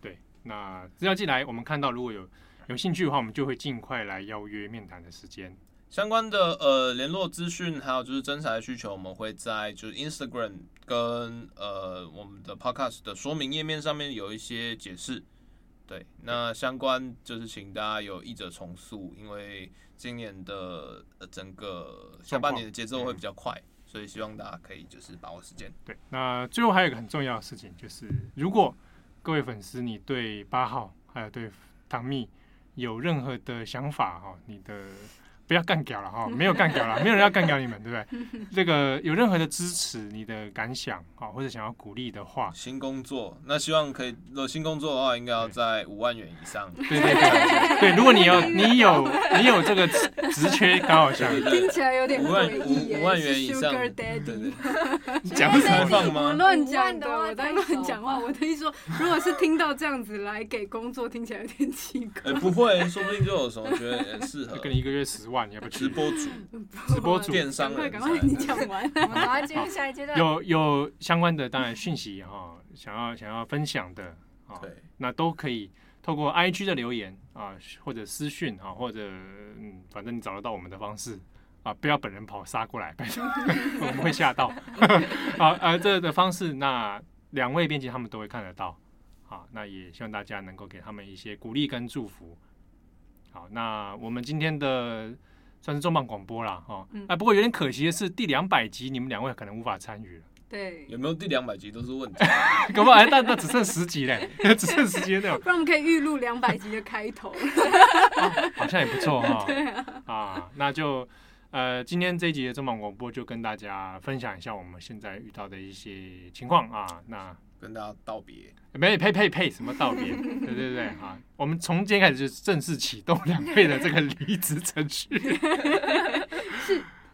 Speaker 3: 对，那资料进来，我们看到如果有有兴趣的话，我们就会尽快来邀约面谈的时间。
Speaker 2: 相关的呃联络资讯，还有就是真材的需求，我们会在就是 Instagram 跟呃我们的 Podcast 的说明页面上面有一些解释。对，那相关就是请大家有译者重塑，因为今年的呃整个下半年的节奏会比较快，所以希望大家可以就是把握时间。
Speaker 3: 对，那最后还有一个很重要的事情，就是如果各位粉丝你对八号还有对唐蜜有任何的想法哈，你的不要干掉了哈，没有干掉了，没有人要干掉你们，对不对？这个有任何的支持，你的感想啊，或者想要鼓励的话，
Speaker 2: 新工作，那希望可以，如果新工作的话，应该要在五万元以上。
Speaker 3: 对对对对，如果你有你有你有这个职职缺刚好像
Speaker 2: 对对
Speaker 1: 听
Speaker 2: 对，
Speaker 1: 起来有点
Speaker 2: 五万
Speaker 1: 诡异耶。
Speaker 2: 五万元以
Speaker 1: 是
Speaker 2: 上
Speaker 1: Sugar
Speaker 2: 对
Speaker 1: Daddy，
Speaker 2: 对，
Speaker 3: 讲什
Speaker 2: 开
Speaker 3: 么？
Speaker 2: 放
Speaker 1: 我
Speaker 2: 吗？
Speaker 1: 乱讲的，
Speaker 4: 五万的话
Speaker 1: 我在乱讲话。我的意思说，如果是听到这样子来给工作，听起来有点奇怪。
Speaker 2: 哎、不会，说不定就有什么觉得呃适合
Speaker 3: 就跟你一个月十万，你要不要去
Speaker 2: 直播 主、
Speaker 3: 直播主
Speaker 2: 电商
Speaker 1: 啊赶快赶快，
Speaker 2: 人才。
Speaker 1: 你讲 完。
Speaker 4: 我们赶啊快进入下一阶段。
Speaker 3: 有有相关的当然讯息哈、想要想要分享的啊、
Speaker 2: 对
Speaker 3: 那都可以透过 IG 的留言啊，或者私讯啊，或者嗯，反正你找得到我们的方式啊，不要本人跑杀过来， 拜托，我们会吓到。 好，呃，这的方式，那两位编辑他们都会看得到。好，那也希望大家能够给他们一些鼓励跟祝福。好，那我们今天的算是重磅广播啦，哦，
Speaker 1: 嗯
Speaker 3: 啊，不过有点可惜的是，第两百集你们两位可能无法参与了。
Speaker 1: 对，
Speaker 2: 有没有第两百集都是问题。
Speaker 3: 搞不好哎那那只剩十集嘞，只剩十集那种，
Speaker 1: 不然我们可以预录两百集的开头。
Speaker 3: 好像也不错哈。啊，那就呃，今天这一集的中广广播就跟大家分享一下我们现在遇到的一些情况啊。那
Speaker 2: 跟大家道别，
Speaker 3: 没呸呸呸，什么道别？对对对，哈、我们从今天开始就正式启动两位的这个离职程序。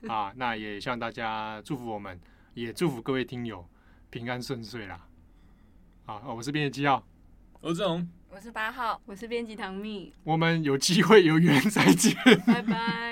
Speaker 3: 啊，那也希望大家祝福我们，也祝福各位听友平安顺遂啦。啊，我是编辑七号，
Speaker 2: 我是荣。
Speaker 4: 我是八号。
Speaker 1: 我是编辑唐蜜，
Speaker 3: 我们有机会有缘再见。
Speaker 1: 拜拜。